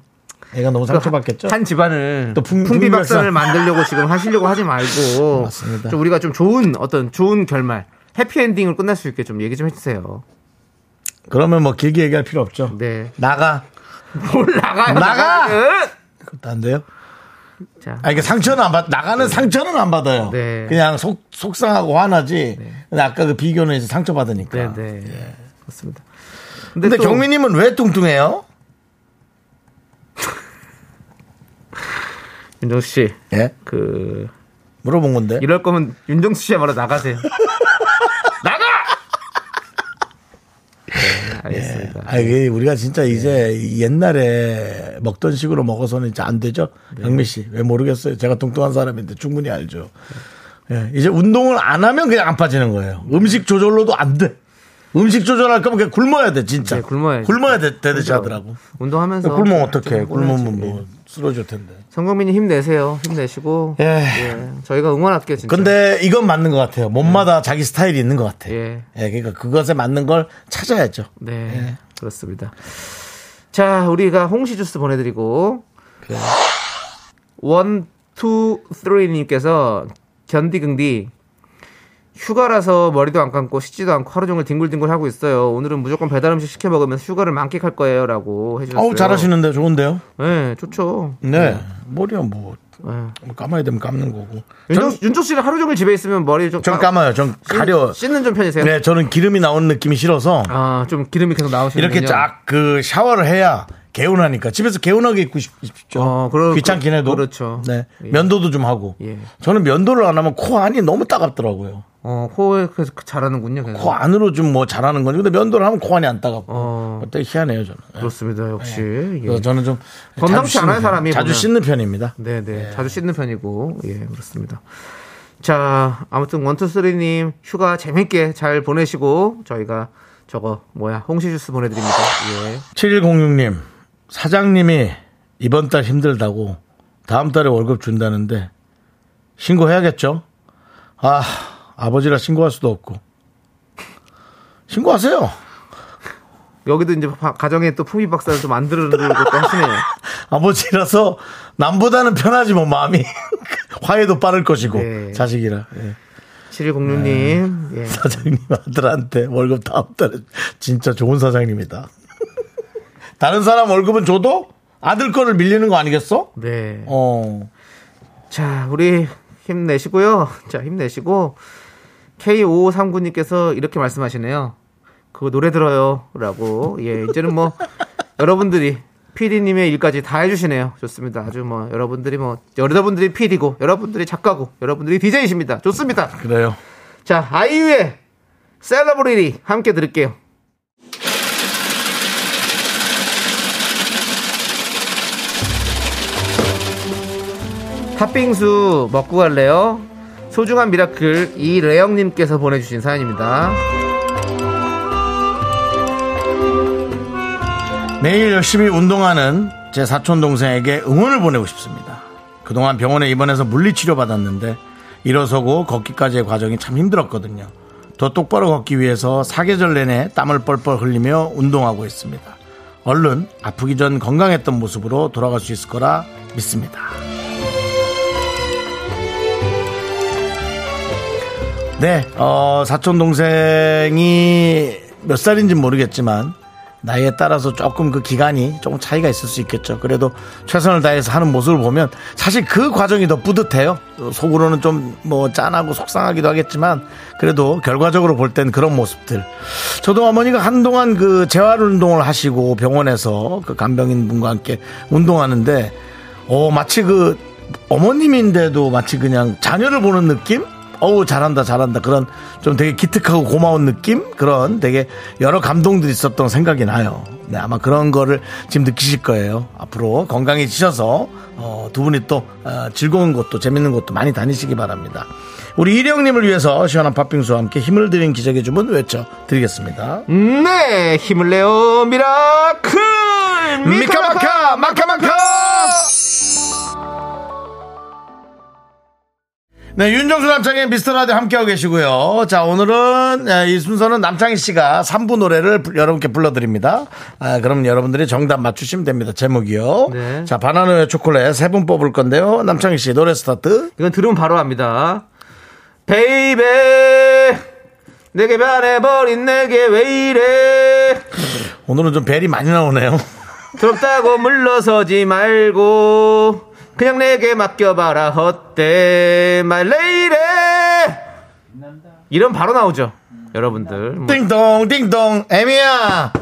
Speaker 1: 애가 너무 상처받겠죠?
Speaker 2: 한 집안을
Speaker 1: 또
Speaker 2: 또
Speaker 1: 풍-
Speaker 2: 풍,
Speaker 1: 풍비박산.
Speaker 2: 비박산을 만들려고 지금 하시려고 하지 말고
Speaker 1: 맞습니다.
Speaker 2: 좀 우리가 좀 좋은 어떤 좋은 결말 해피엔딩을 끝날 수 있게 좀 얘기 좀 해주세요.
Speaker 1: 그러면 뭐 길게 얘기할 필요 없죠.
Speaker 2: 네.
Speaker 1: 나가.
Speaker 2: 뭘 나가요?
Speaker 1: 나가! 아,
Speaker 2: 나가면은!
Speaker 1: 그것도 안 돼요?
Speaker 2: 자,
Speaker 1: 아, 이게 상처는 안 받, 나가는 상처는 안 받아요.
Speaker 2: 네.
Speaker 1: 그냥 속, 속상하고 화나지. 근데 아까 그 비교는 이제 상처받으니까.
Speaker 2: 네, 네, 그렇습니다.
Speaker 1: 예. 근데
Speaker 2: 또
Speaker 1: 경민님은 왜 뚱뚱해요?
Speaker 2: 윤정수 씨,
Speaker 1: 예.
Speaker 2: 그
Speaker 1: 물어본 건데.
Speaker 2: 이럴 거면 윤정수 씨야 말로 나가세요. 나가! 네, 알겠습니다. 네.
Speaker 1: 아, 이게 우리가 진짜 이제 옛날에 먹던 식으로 먹어서는 이제 안 되죠?
Speaker 2: 네.
Speaker 1: 강민 씨. 왜 모르겠어요? 제가 뚱뚱한 사람인데 충분히 알죠.
Speaker 2: 네.
Speaker 1: 예, 이제 운동을 안 하면 그냥 안 빠지는 거예요. 음식 조절로도 안 돼. 음식 조절할 거면 그냥 굶어야 돼, 진짜.
Speaker 2: 네, 굶어야지.
Speaker 1: 굶어야 돼, 되듯이 하더라고.
Speaker 2: 운동하면서
Speaker 1: 굶으면 어떡해.
Speaker 2: 좀
Speaker 1: 굶으면
Speaker 2: 해야지.
Speaker 1: 뭐 쓰러질 텐데.
Speaker 2: 성공민이 힘내세요. 힘내시고
Speaker 1: 예.
Speaker 2: 예, 저희가 응원할게요. 진짜.
Speaker 1: 근데 이건 맞는 것 같아요. 몸마다 자기 스타일이 있는 것 같아요.
Speaker 2: 네. 예.
Speaker 1: 예, 그러니까 그것에 맞는 걸 찾아야죠.
Speaker 2: 네, 그렇습니다. 자, 우리가 홍시 주스 보내드리고 원투 쓰리님께서 견디긍디 휴가라서 머리도 안 감고 씻지도 않고 하루 종일 뒹굴뒹굴 하고 있어요. 오늘은 무조건 배달 음식 시켜 먹으면서 휴가를 만끽할 거예요라고 해주셨어요.
Speaker 1: 어우 잘하시는데 좋은데요.
Speaker 2: 네, 좋죠.
Speaker 1: 네. 머리야 뭐
Speaker 2: 네.
Speaker 1: 뭐 감아야 되면 감는 거고.
Speaker 2: 윤정, 윤정 씨는 하루 종일 집에 있으면 머리 좀
Speaker 1: 전
Speaker 2: 까-
Speaker 1: 감아요. 전 가려.
Speaker 2: 씻는 좀 편이세요?
Speaker 1: 네, 저는 기름이 나오는 느낌이 싫어서
Speaker 2: 아, 좀 기름이 계속 나오시는군요.
Speaker 1: 이렇게 쫙 그 샤워를 해야 개운하니까 집에서 개운하게 입고 싶- 싶죠.
Speaker 2: 어, 그럴-
Speaker 1: 귀찮긴 해도
Speaker 2: 그렇죠.
Speaker 1: 네,
Speaker 2: 예.
Speaker 1: 면도도 좀 하고.
Speaker 2: 예.
Speaker 1: 저는 면도를 안 하면 코 안이 너무 따갑더라고요.
Speaker 2: 어, 코에 계속 잘하는군요. 계속.
Speaker 1: 코 안으로 좀 뭐 잘하는 건지. 근데 면도를 하면 코 안이 안 따갑고.
Speaker 2: 아. 어.
Speaker 1: 어. 때 희한해요 저는. 네.
Speaker 2: 그렇습니다. 역시. 예.
Speaker 1: 그래서 저는 좀
Speaker 2: 건방지
Speaker 1: 자주
Speaker 2: 않아요,
Speaker 1: 씻는
Speaker 2: 사람이
Speaker 1: 편- 자주
Speaker 2: 보면.
Speaker 1: 씻는 편입니다.
Speaker 2: 네, 네. 자주 씻는 편이고. 예, 그렇습니다. 자, 아무튼 원투쓰리 님 휴가 재밌게 잘 보내시고 저희가 저거 뭐야? 홍시 주스 보내 드립니다. 예.
Speaker 1: 7106님 사장님이 이번 달 힘들다고 다음 달에 월급 준다는데 신고해야겠죠? 아 아버지라 신고할 수도 없고 신고하세요.
Speaker 2: 여기도 이제 바- 가정에 또 품위 박사를 또 만들어 놓고 하시네요.
Speaker 1: 아버지라서 남보다는 편하지 뭐 마음이 화해도 빠를 것이고
Speaker 2: 네.
Speaker 1: 자식이라 예.
Speaker 2: 7106 님.
Speaker 1: 네.
Speaker 2: 예.
Speaker 1: 사장님 아들한테 월급 다음 달에 진짜 좋은 사장님이다. 다른 사람 월급은 줘도 아들 거를 밀리는 거 아니겠어?
Speaker 2: 네.
Speaker 1: 어.
Speaker 2: 자, 우리 힘내시고요. 자, 힘내시고. K5539님께서 이렇게 말씀하시네요. 그거 노래 들어요. 라고. 예, 이제는 뭐, 여러분들이, PD님의 일까지 다 해주시네요. 좋습니다. 아주 뭐, 여러분들이 뭐, 여러분들이 PD고, 여러분들이 작가고, 여러분들이 DJ이십니다. 좋습니다.
Speaker 1: 그래요.
Speaker 2: 자, 아이유의 셀러브리티 함께 들을게요. 팥빙수 먹고 갈래요? 소중한 미라클 이래영님께서 보내주신 사연입니다.
Speaker 1: 매일 열심히 운동하는 제 사촌 동생에게 응원을 보내고 싶습니다. 그동안 병원에 입원해서 물리치료 받았는데 일어서고 걷기까지의 과정이 참 힘들었거든요. 더 똑바로 걷기 위해서 사계절 내내 땀을 뻘뻘 흘리며 운동하고 있습니다. 얼른 아프기 전 건강했던 모습으로 돌아갈 수 있을 거라 믿습니다. 네, 어, 사촌 동생이 몇 살인지 모르겠지만 나이에 따라서 조금 그 기간이 조금 차이가 있을 수 있겠죠. 그래도 최선을 다해서 하는 모습을 보면 사실 그 과정이 더 뿌듯해요. 어, 속으로는 좀 뭐 짠하고 속상하기도 하겠지만 그래도 결과적으로 볼 땐 그런 모습들. 저도 어머니가 한동안 그 재활 운동을 하시고 병원에서 그 간병인 분과 함께 운동하는데 어 마치 그 어머님인데도 마치 그냥 자녀를 보는 느낌? 어우 잘한다 잘한다 그런 좀 되게 기특하고 고마운 느낌 그런 되게 여러 감동들이 있었던 생각이 나요. 네 아마 그런 거를 지금 느끼실 거예요. 앞으로 건강해지셔서 어, 두 분이 또 어, 즐거운 곳도 재밌는 곳도 많이 다니시기 바랍니다. 우리 일영님을 위해서 시원한 팥빙수와 함께 힘을 드린 기적의 주문 외쳐 드리겠습니다.
Speaker 2: 네, 힘을 내요 미라클 미카마카 마카마카.
Speaker 1: 네, 윤정수 남창의 미스터 라디오 함께하고 계시고요. 자, 오늘은 에, 이 순서는 남창희 씨가 3부 노래를 불- 여러분께 불러드립니다. 아, 그럼 여러분들이 정답 맞추시면 됩니다. 제목이요.
Speaker 2: 네.
Speaker 1: 자, 바나나의 초콜릿 세 분 뽑을 건데요. 남창희 씨 노래 스타트.
Speaker 2: 이건 들으면 바로 압니다. 베이베 내게 변해버린 내게 왜 이래
Speaker 1: 오늘은 좀 벨이 많이 나오네요.
Speaker 2: 부럽다고 물러서지 말고 그냥 내게 맡겨봐라 어때 말레이래 이런 바로 나오죠 여러분들 뭐,
Speaker 1: 띵동, 띵동, 애미야.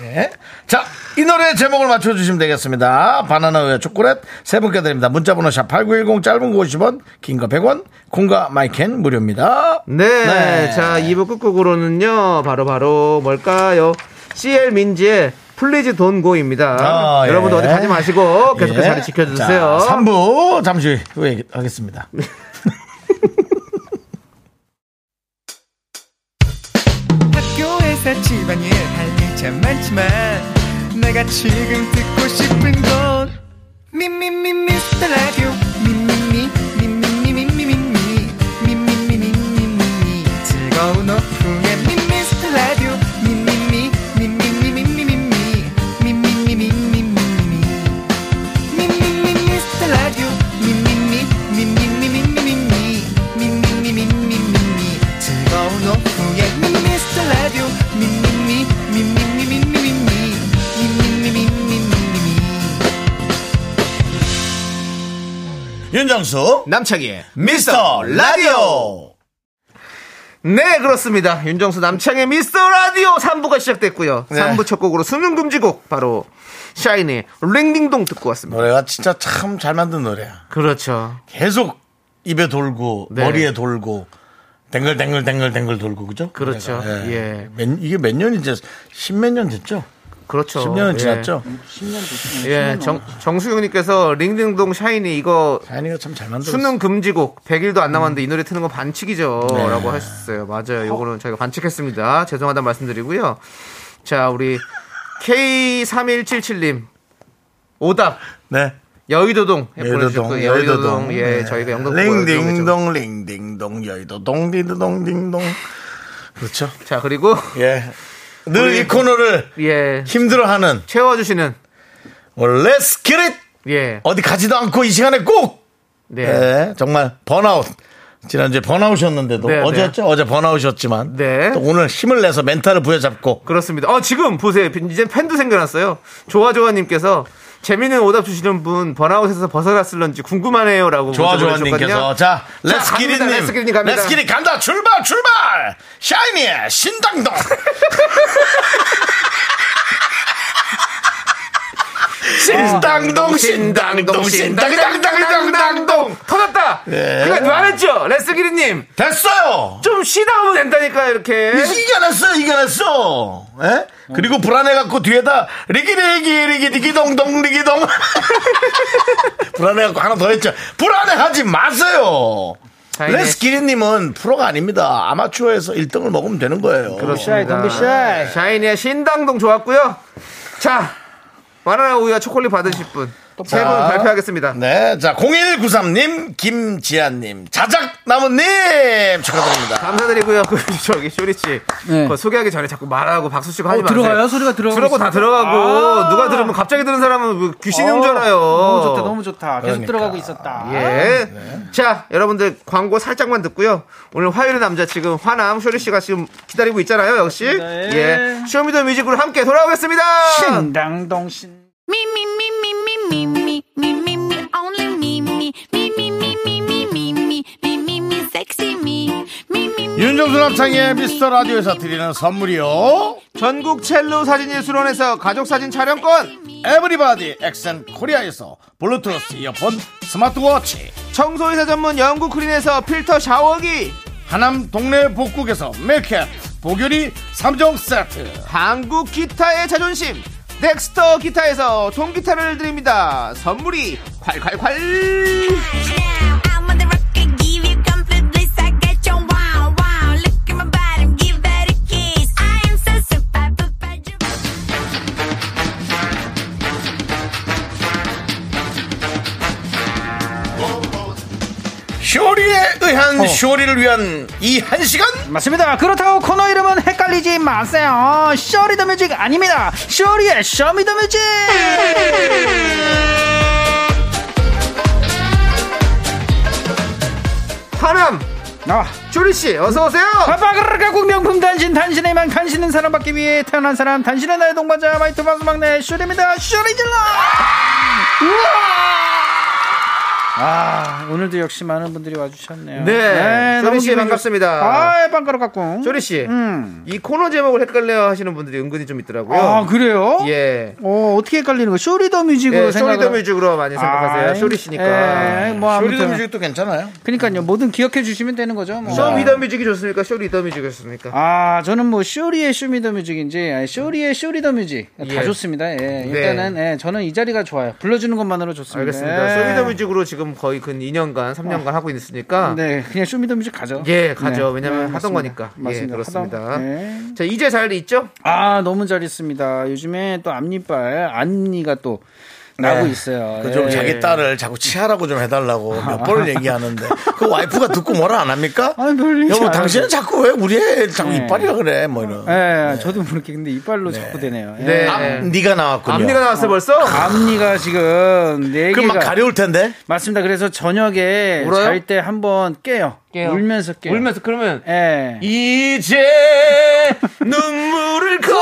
Speaker 1: 예. 자, 이 노래 제목을 맞춰주시면 되겠습니다. 바나나우유 초콜릿 세 분께 드립니다. 문자번호 샵8910 짧은 거 50원, 긴 거 100원, 콩과 마이캔 무료입니다. 네.
Speaker 2: 네, 자 2부 끝곡으로는요 바로바로 뭘까요 CL 민지의 플리즈 돈고입니다
Speaker 1: 아, 예.
Speaker 2: 여러분들 어디 가지 마시고 계속해서
Speaker 1: 예.
Speaker 2: 자리 지켜주세요
Speaker 1: 자, 3부 잠시 후에 하겠습니다.
Speaker 7: 학교에서 집안일 할 일 참 많지만 내가 지금 듣고 싶은 건 미미미 미스터 라디오 미미미 미미미 미미미 미미미 미미미 즐거운 오후에 미스터 라디오 미미미 미미미 미미미 미미미 미미미 미미미 미스터 라디오 미미미 미미미 미미미 미미미 미미미
Speaker 4: 예,
Speaker 1: 윤정수
Speaker 2: 남창희의
Speaker 1: 미스터 라디오
Speaker 2: 네 그렇습니다 윤정수 남창의 미스터 라디오 3부가 시작됐고요
Speaker 1: 네.
Speaker 2: 3부 첫 곡으로 수능 금지곡 바로 샤인의 랭딩동 듣고 왔습니다
Speaker 1: 노래가 진짜 참 잘 만든 노래야
Speaker 2: 그렇죠
Speaker 1: 계속 입에 돌고
Speaker 2: 네.
Speaker 1: 머리에 돌고 댕글댕글댕글댕글 돌고 그죠?
Speaker 2: 그렇죠.
Speaker 1: 노래가.
Speaker 2: 예.
Speaker 1: 몇- 이게 몇 년이죠? 십몇 년 됐죠?
Speaker 2: 그렇죠
Speaker 1: 십 10년은
Speaker 2: 예.
Speaker 1: 지났죠?
Speaker 2: 예, 정, 정수경님께서 링딩동 샤이니 이거
Speaker 1: 자연이가 참 잘 만들었어
Speaker 2: 네. 수능 금지곡 100일도 안 남았는데 이 노래 트는 건 반칙이죠
Speaker 1: 네.
Speaker 2: 라고 하셨어요 맞아요 요거는 저희가 반칙했습니다 죄송하다 말씀드리고요 자 우리 K3177님 오답
Speaker 1: 네.
Speaker 2: 여의도동
Speaker 1: 여의도동,
Speaker 2: 예, 보내주셨고요. 여의도동 예
Speaker 1: 네.
Speaker 2: 저희가 영등포
Speaker 1: 링딩동, 링딩동, 여의도동, 딩동, 딩동. 그렇죠.
Speaker 2: 자 그리고
Speaker 1: 예. 늘 이 코너를
Speaker 2: 예
Speaker 1: 힘들어하는
Speaker 2: 채워주시는
Speaker 1: Let's get it!
Speaker 2: 예
Speaker 1: 어디 가지도 않고 이 시간에 꼭!
Speaker 2: 네.
Speaker 1: 예. 정말 번아웃. 지난주에 번아웃이었는데도
Speaker 2: 네,
Speaker 1: 어제였죠? 어제 번아웃이었지만
Speaker 2: 네.
Speaker 1: 또 오늘 힘을 내서 멘탈을 부여잡고
Speaker 2: 그렇습니다. 어, 지금 보세요. 이제 팬도 생겨났어요. 조아조아님께서 재미있는 오답 주시는 분 번아웃에서 벗어났을런지 궁금하네요라고 문자
Speaker 1: 조아조아님께서
Speaker 2: 보내주셨거든요.
Speaker 1: 자
Speaker 2: 자, 갑니다.
Speaker 1: 렛츠기리님
Speaker 2: 렛츠기리님 갑니다.
Speaker 1: 렛츠기리 간다 출발 출발 샤이니의 신당동 신당동 신당동 신당당당당동
Speaker 2: 터졌다.
Speaker 1: 예.
Speaker 2: 그러니까 말했죠. 레스기리님
Speaker 1: 됐어요
Speaker 2: 좀 쉬다 오면 된다니까 이렇게.
Speaker 1: 예? 이겨냈어 이겨냈어 예? 그리고 불안해갖고 뒤에다 리기리기 리기리기동동 리기동 불안해갖고 하나 더 했죠 불안해하지 마세요
Speaker 2: 다행이네.
Speaker 1: 레스키리님은 프로가 아닙니다 아마추어에서 1등을 먹으면 되는 거예요
Speaker 2: 그렇습니다. 샤이니의 신당동 좋았고요. 자 바나나 우유와 초콜릿 받으실 분 세 분
Speaker 1: 자.
Speaker 2: 발표하겠습니다.
Speaker 1: 네, 자 0193님, 김지아님, 자작나무님 축하드립니다.
Speaker 2: 감사드리고요. 그 저기 쇼리 씨
Speaker 4: 네.
Speaker 2: 그거 소개하기 전에 자꾸 말하고 박수 치고 하지
Speaker 4: 어,
Speaker 2: 마세요.
Speaker 4: 들어가요? 소리가 들어가고
Speaker 2: 들어가고 다
Speaker 4: 있습니다.
Speaker 2: 들어가고
Speaker 4: 아.
Speaker 2: 누가 들으면 갑자기 들은 사람은 뭐 귀신인
Speaker 4: 어,
Speaker 2: 줄 알아요.
Speaker 4: 너무 좋다, 너무 좋다. 계속
Speaker 1: 그러니까.
Speaker 4: 들어가고 있었다.
Speaker 2: 예. 자, 여러분들 광고 살짝만 듣고요. 오늘 화요일의 남자 지금 화남 쇼리 씨가 지금 기다리고 있잖아요. 역시
Speaker 4: 네.
Speaker 2: 예. 쇼미더뮤직으로 함께 돌아오겠습니다.
Speaker 1: 음.
Speaker 4: 음. 신당동 신.
Speaker 5: Me, me, me, me, me, me, me, me, me, me, only me, me, me, me, me, me, me, me, me, me, me, me, sexy me, me, me, me.
Speaker 1: 윤정수 남창의 미스터 라디오에서 드리는 선물이요.
Speaker 2: 전국 첼로 사진 예술원에서 가족 사진 촬영권,
Speaker 1: 에브리바디 엑센 코리아에서 블루투스 이어폰, 스마트워치,
Speaker 2: 청소이사 전문 영국 크린에서 필터 샤워기,
Speaker 1: 하남 동네 복국에서 밀켓, 보교리 3종 세트,
Speaker 2: 한국 기타의 자존심 넥스터 기타에서 통기타를 드립니다 선물이 콸콸콸
Speaker 6: Now I'm on the rocket, give you complete bliss. I get your wow, wow. Look at my body, give that a kiss. I am so super, super, duper.
Speaker 1: 쇼리에 의한
Speaker 2: 어.
Speaker 1: 쇼리를 위한 이 한 시간
Speaker 4: 맞습니다. 그렇다고 코너 이름은 헷갈리지 마세요. 쇼리더 뮤직 아닙니다. 쇼리의 쇼미더 뮤직!
Speaker 2: 화남
Speaker 4: 아,
Speaker 2: 조리씨 어서오세요
Speaker 4: 바바그라가국 명품 단신, 단신에만 간신은 사람받기 위해 태어난 사람, 단신은 나의 동반자, 마이트 방수 막내 쇼리입니다. 쇼리 질러! 아, 오늘도 역시 많은 분들이 와주셨네요.
Speaker 2: 네, 쇼리 씨 반갑습니다.
Speaker 4: 아, 빵가루 갖고.
Speaker 2: 조리씨
Speaker 4: 음.
Speaker 2: 이 코너 제목을 헷갈려 하시는 분들이 은근히 좀 있더라고요
Speaker 4: 아, 그래요?
Speaker 2: 예
Speaker 4: 어, 어떻게 헷갈리는 거? 쇼리더 뮤직으로
Speaker 2: 예,
Speaker 4: 생각을
Speaker 2: 쇼리더뮤직으로 많이 생각하세요
Speaker 4: 아이,
Speaker 2: 쇼리씨니까
Speaker 1: 예,
Speaker 4: 에이, 뭐
Speaker 1: 쇼리도
Speaker 4: 아무튼
Speaker 1: 뮤직도 괜찮아요.
Speaker 4: 그러니까요. 뭐든 기억해 주시면 되는 거죠. 뭐.
Speaker 2: 쇼미더뮤직이 좋습니까 쇼리더뮤직이 좋습니까
Speaker 4: 아, 저는 뭐 쇼리의 쇼미더 뮤직인지 아니, 쇼리의 쇼리더 뮤직 다
Speaker 2: 예.
Speaker 4: 좋습니다. 예. 일단은 예, 저는 이 자리가 좋아요. 불러 주는 것만으로 좋습니다.
Speaker 2: 알겠습니다
Speaker 4: 예.
Speaker 2: 쇼미더뮤직으로 지금 거의 근 2년간 3년간 하고 있으니까
Speaker 4: 아. 네, 그냥 쇼미더 뮤직 가죠. 네.
Speaker 2: 예, 가죠. 왜냐면 하던
Speaker 4: 맞습니다.
Speaker 2: 거니까. 예,
Speaker 4: 맞습니다.
Speaker 2: 그렇습니다.
Speaker 4: 하던- 예.
Speaker 2: 자 이제 잘 있죠
Speaker 4: 아, 너무 잘 있습니다. 요즘에 또 앞니빨 앞니가 또 나고 있어요.
Speaker 1: 그 좀
Speaker 4: 예.
Speaker 1: 자기 딸을 자꾸 치아라고 좀 해달라고 몇 번을 얘기하는데 그 와이프가 듣고 뭐라 안 합니까?
Speaker 4: 아니, 별 얘기
Speaker 1: 여보
Speaker 4: 안
Speaker 1: 당신은 자꾸 왜 우리 애 자꾸
Speaker 4: 네.
Speaker 1: 이빨이라 그래 뭐 이런.
Speaker 4: 예, 저도 모르게 근데 이빨로 자꾸 되네요. 아, 예. 아,
Speaker 2: 네.
Speaker 1: 앞 네가 나왔군요.
Speaker 2: 앞니가 나왔어 벌써
Speaker 4: 앞니가 지금 네
Speaker 1: 그럼 막
Speaker 4: 개가
Speaker 1: 가려울 텐데.
Speaker 4: 맞습니다. 그래서 저녁에
Speaker 2: 울어요?
Speaker 4: 잘 때 한번 깨요. 울면서 깨요.
Speaker 2: 울면서 그러면
Speaker 4: 예. 네. 그
Speaker 2: 이제 눈물을 거둬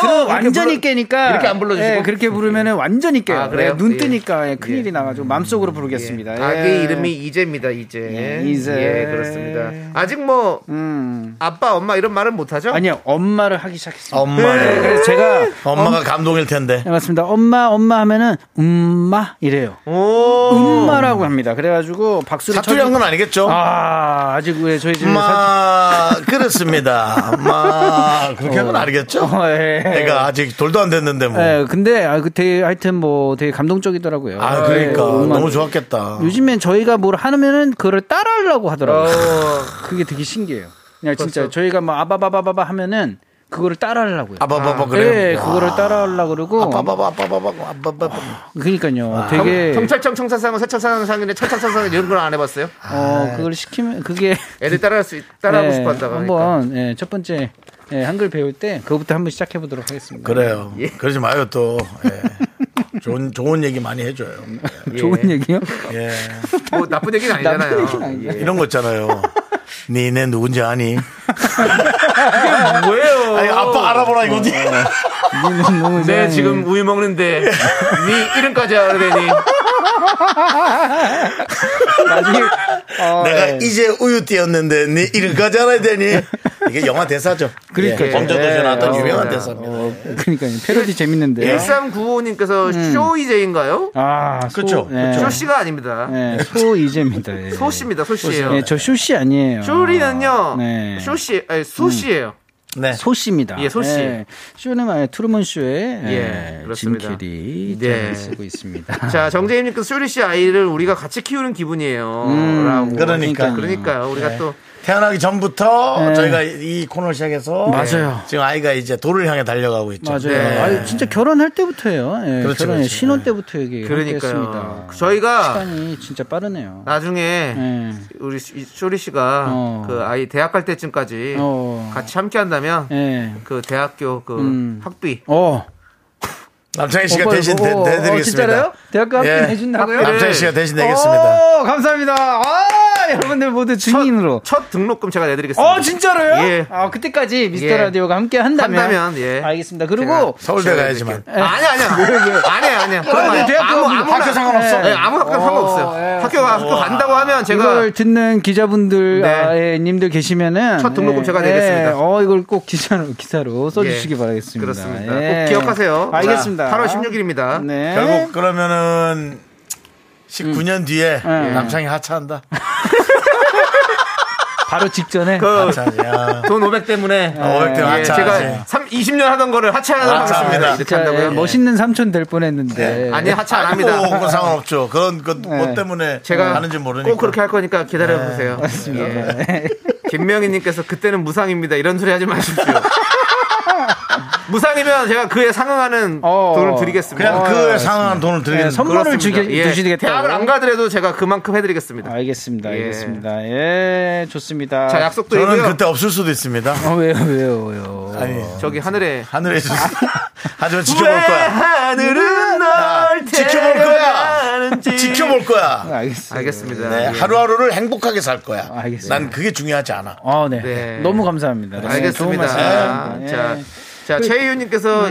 Speaker 4: 그런 완전히
Speaker 2: 불러-
Speaker 4: 깨니까
Speaker 2: 이렇게 안 불러주시고?
Speaker 4: 예, 그렇게 부르면은 완전히 깨요.
Speaker 2: 아, 그래요?
Speaker 4: 예, 눈
Speaker 2: 예.
Speaker 4: 뜨니까 예, 큰일이
Speaker 2: 예.
Speaker 4: 나가지고 마음속으로 부르겠습니다.
Speaker 2: 예.
Speaker 4: 예.
Speaker 2: 아기 이름이 이재입니다. 이재.
Speaker 4: 예, 이재.
Speaker 2: 예, 그렇습니다. 아직 뭐
Speaker 4: 음.
Speaker 2: 아빠 엄마 이런 말은 못하죠?
Speaker 4: 아니요 엄마를 하기 시작했어요. 네,
Speaker 1: 엄마를.
Speaker 4: 그래서 제가
Speaker 1: 엄마가 감동일 텐데.
Speaker 4: 네, 맞습니다. 엄마 엄마 하면은 음마 이래요.
Speaker 2: 오.
Speaker 4: 음마라고 합니다. 그래가지고 박수를
Speaker 1: 사투리 한 건 음, 아니겠죠?
Speaker 4: 예. 아 아직 왜 저희 집에 사투리-
Speaker 1: 엄마, 그렇습니다. 엄마, 그렇게 한 건 아니겠죠?
Speaker 4: 어, 예.
Speaker 1: 애가 아직 돌도 안 됐는데 뭐.
Speaker 4: 예, 근데 아, 그 되게 하여튼 뭐 되게 감동적이더라고요.
Speaker 1: 아, 그러니까.
Speaker 4: 예, 음악.
Speaker 1: 너무 좋았겠다.
Speaker 4: 요즘엔 저희가 뭘 하면은 그걸 따라하려고 하더라고요.
Speaker 2: 어.
Speaker 4: 그게 되게 신기해요. 그냥 진짜 저희가 뭐 아바바바바바 하면은 그거를 따라하려고요.
Speaker 1: 아빠바바
Speaker 4: 예,
Speaker 1: 그래요?
Speaker 4: 그거를 따라하려고 그러고
Speaker 1: 아빠바바, 아빠바바, 아빠바바.
Speaker 4: 그러니까요. 되게
Speaker 2: 경찰청 청사상은 세청사상인데 청사상은 이런 걸 안 해봤어요?
Speaker 4: 어, 그걸 시키면 그게
Speaker 2: 애들 따라할 수 있- 따라하고
Speaker 4: 네,
Speaker 2: 싶어 한다고 하니까.
Speaker 4: 한번 예, 첫 번째 예, 한글 배울 때 그거부터 한번 시작해 보도록 하겠습니다.
Speaker 1: 그래요. 그러지 마요, 또. 예. 좋은, 좋은 얘기 많이 해줘요.
Speaker 4: 좋은 얘기요?
Speaker 1: 예.
Speaker 2: 뭐 나쁜 얘기는 아니잖아요.
Speaker 4: 나쁜 얘기는 아니죠.
Speaker 2: 예.
Speaker 1: 이런 거 있잖아요. 니네 누군지 아니? 어.
Speaker 2: 뭐예요?
Speaker 1: 아니, 아빠 알아보라 이거지.
Speaker 4: 니는 너무
Speaker 2: 네
Speaker 4: 이상해.
Speaker 2: 지금 우유 먹는데 네 이름까지 알아대니
Speaker 4: 나중에 어,
Speaker 1: 내가
Speaker 4: 예.
Speaker 1: 이제 우유 띄었는데 네 이름까지 알아야 되니? 이게 영화 대사죠.
Speaker 4: 그러니까요.
Speaker 1: 범죄도시 나왔던
Speaker 2: 예,
Speaker 1: 유명한
Speaker 2: 맞습니다.
Speaker 1: 대사입니다.
Speaker 4: 어, 그러니까요. 패러디
Speaker 2: 예.
Speaker 4: 재밌는데요.
Speaker 2: 1395님께서
Speaker 4: 음.
Speaker 2: 쇼이제인가요?
Speaker 4: 아,
Speaker 1: 그쵸,
Speaker 4: 소, 예.
Speaker 2: 쇼씨가 아닙니다.
Speaker 4: 예, 소이제입니다. 예.
Speaker 2: 소씨입니다. 소씨예요.
Speaker 4: 예, 저 쇼씨 아니에요.
Speaker 2: 쇼리는요.
Speaker 4: 네.
Speaker 2: 쇼씨 아니 소씨예요.
Speaker 1: 네.
Speaker 4: 소씨입니다.
Speaker 2: 예, 소씨.
Speaker 4: 쇼는 아예 트루먼 쇼의
Speaker 2: 예,
Speaker 4: 예,
Speaker 2: 그렇습니다.
Speaker 4: 짐 캐리
Speaker 2: 네.
Speaker 4: 네. 쓰고 있습니다.
Speaker 2: 자 정재임님께서 쇼리 씨 아이를 우리가 같이 키우는 기분이에요.
Speaker 4: 음,
Speaker 2: 라고.
Speaker 1: 그러니까.
Speaker 2: 그러니까요. 우리가 또
Speaker 1: 태어나기 전부터
Speaker 4: 네.
Speaker 1: 저희가 이 코너를 시작해서 예.
Speaker 4: 맞아요.
Speaker 1: 지금 아이가 이제 돌을 향해 달려가고 있죠.
Speaker 4: 맞아요.
Speaker 2: 네.
Speaker 4: 아니, 진짜 결혼할 때부터예요. 예,
Speaker 1: 그렇죠,
Speaker 4: 결혼
Speaker 1: 그렇죠.
Speaker 4: 신혼 때부터 얘기
Speaker 2: 그러니까요.
Speaker 4: 했습니다.
Speaker 2: 저희가
Speaker 4: 시간이 진짜 빠르네요.
Speaker 2: 나중에
Speaker 4: 예.
Speaker 2: 우리 시- 쇼리 씨가
Speaker 4: 어.
Speaker 2: 그 아이 대학 갈 때쯤까지
Speaker 4: 어.
Speaker 2: 같이 함께 한다면
Speaker 4: 예.
Speaker 2: 그 대학교 그
Speaker 4: 음.
Speaker 2: 학비
Speaker 4: 어.
Speaker 1: 남창희 씨가
Speaker 4: 오빠,
Speaker 1: 대신 대,
Speaker 4: 어, 어,
Speaker 1: 드리겠습니다
Speaker 4: 진짜로요? 대학교 학비
Speaker 1: 예.
Speaker 4: 내준다고요?
Speaker 1: 남창희 씨가 대신 내겠습니다.
Speaker 4: 오, 감사합니다. 아, 여러분들 모두 증인으로.
Speaker 2: 첫 등록금 제가 내드리겠습니다.
Speaker 4: 어, 진짜로요?
Speaker 2: 예.
Speaker 4: 아, 그때까지 미스터
Speaker 2: 예.
Speaker 4: 라디오가 함께 한다면.
Speaker 2: 한다면, 예.
Speaker 4: 알겠습니다. 그리고.
Speaker 1: 서울대 가야지만.
Speaker 2: 네. 아니야, 아니야. 아니야, 아니야. 그런 거 아니야.
Speaker 4: 뭐, 대학교
Speaker 2: 아무, 아무,
Speaker 4: 학교 상관없어. 예.
Speaker 2: 예, 아무 학교 상관없어요. 학교, 가- 학교 간다고 하면 제가 예.
Speaker 4: 이걸 듣는 기자분들,
Speaker 2: 네.
Speaker 4: 아, 예, 님들 계시면은.
Speaker 2: 첫 등록금 제가
Speaker 4: 예,
Speaker 2: 내겠습니다.
Speaker 4: 예. 어, 이걸 꼭 기사로, 기사로 써주시기
Speaker 2: 예.
Speaker 4: 바라겠습니다.
Speaker 2: 그렇습니다.
Speaker 4: 예.
Speaker 2: 꼭 기억하세요.
Speaker 4: 알겠습니다.
Speaker 2: 8월 16일입니다.
Speaker 4: 네.
Speaker 1: 결국 그러면은 19년 뒤에
Speaker 2: 네.
Speaker 4: 예.
Speaker 1: 남창희 하차한다.
Speaker 4: 바로 직전에.
Speaker 2: 그 돈
Speaker 1: 하차야.
Speaker 2: 500 때문에
Speaker 4: 어,
Speaker 1: 500대
Speaker 4: 네.
Speaker 2: 예,
Speaker 1: 아, 하차.
Speaker 2: 제가 3, 20년 하던 거를 하차하도록
Speaker 1: 하차합니다.
Speaker 2: 하겠습니다. 이렇게
Speaker 4: 진짜, 예,
Speaker 2: 한다고요? 네. 예.
Speaker 4: 멋있는 삼촌 될 뻔했는데.
Speaker 2: 아니, 하차 안
Speaker 1: 아니,
Speaker 2: 합니다. 네.
Speaker 1: 뭐, 그건 상관없죠. 그건, 그, 뭐 때문에
Speaker 2: 제가
Speaker 1: 하는지 모르니까. 네,
Speaker 2: 꼭 그렇게 할 거니까 기다려보세요. 예. 김명희님께서 그때는 무상입니다. 이런 소리 하지 마십시오. 무상이면 제가 그에 상응하는
Speaker 4: 어.
Speaker 2: 돈을 드리겠습니다. 어. 네,
Speaker 1: 그냥 그에 상한 돈을 드리는
Speaker 4: 예,
Speaker 1: 선...
Speaker 4: 선물을
Speaker 2: 그렇습니다.
Speaker 4: 주게,
Speaker 2: 예.
Speaker 4: 주시겠다.
Speaker 2: 대학을 안 가더라도 제가 그만큼 해드리겠습니다.
Speaker 4: 알겠습니다.
Speaker 2: 예.
Speaker 4: 알겠습니다. 예, 좋습니다.
Speaker 2: 자 약속드리고요.
Speaker 1: 아, 저는 그때 없을 수도 있습니다.
Speaker 4: 어, 왜요, 왜요, 왜요.
Speaker 1: 아니,
Speaker 2: 저기 하늘에
Speaker 1: 하늘에 있을 수 하지만 지켜볼 거야.
Speaker 2: 하늘은
Speaker 1: 아, 지켜볼 거야. 지켜볼 거야.
Speaker 4: 알겠습니다.
Speaker 2: 알겠습니다.
Speaker 1: 네,
Speaker 2: 예.
Speaker 1: 하루하루를 행복하게 살 거야.
Speaker 4: 알겠습니다.
Speaker 1: 난 그게 중요하지 않아.
Speaker 4: 아, 네.
Speaker 2: 네.
Speaker 4: 너무 감사합니다. 네, 좋은
Speaker 2: 알겠습니다. 아,
Speaker 4: 말씀 음. 감사합니다.
Speaker 2: 자,
Speaker 4: 예.
Speaker 2: 자 최희윤님께서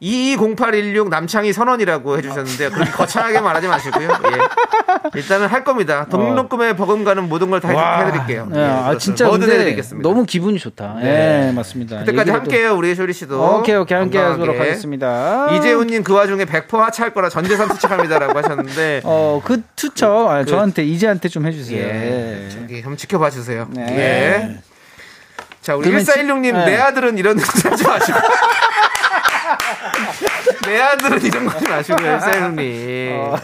Speaker 2: 220816 남창희 선언이라고 해주셨는데 그렇게
Speaker 4: 아.
Speaker 2: 거창하게 말하지 마시고요. 예. 일단은 할 겁니다. 등록금에 버금가는 모든 걸 다 해드릴게요.
Speaker 4: 어.
Speaker 2: 예,
Speaker 4: 네, 아, 진짜
Speaker 2: 뭐든
Speaker 4: 근데
Speaker 2: 해드리겠습니다.
Speaker 4: 너무 기분이 좋다. 예, 맞습니다.
Speaker 2: 그때까지
Speaker 4: 얘기를
Speaker 2: 함께해요 우리 쇼리
Speaker 4: 또-
Speaker 2: 씨도.
Speaker 4: 오케이, 오케이. 함께 하도록
Speaker 2: 건강하게.
Speaker 4: 하겠습니다.
Speaker 2: 이재훈님 그 와중에 100% 하차할 거라 전재산 투척합니다라고 하셨는데
Speaker 4: 어, 그 투척, 아, 저한테, 이재한테 좀 해주세요.
Speaker 2: 예.
Speaker 4: 예.
Speaker 2: 저기 한번 지켜봐 주세요.
Speaker 4: 네.
Speaker 2: 예. 자, 우리
Speaker 4: 그러면
Speaker 2: 1416님,
Speaker 4: 지-
Speaker 2: 내
Speaker 4: 네.
Speaker 2: 아들은 이런 짓 하지 마시고. 내 아들은 이런 거지 마시고요, 1416님.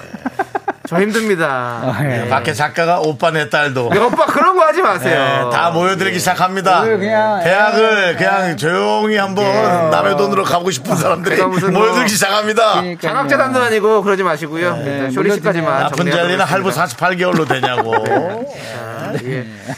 Speaker 2: 저 힘듭니다.
Speaker 4: 어. 아, 예.
Speaker 1: 밖에 작가가 오빠 내 딸도.
Speaker 2: 네, 오빠 그런 거 하지 마세요.
Speaker 1: 네, 다 모여드리기 시작합니다.
Speaker 4: 오늘 그냥-
Speaker 1: 대학을 그냥 조용히 한번 남의 돈으로 가고 싶은 사람들이
Speaker 2: 제가 무슨 뭐-
Speaker 1: 모여들기 시작합니다.
Speaker 4: 그러니까요. 네.
Speaker 2: 장학재단도 아니고 그러지 마시고요. 일단 쇼리 씨까지만
Speaker 1: 나쁜 자리는 할부 48개월로 되냐고.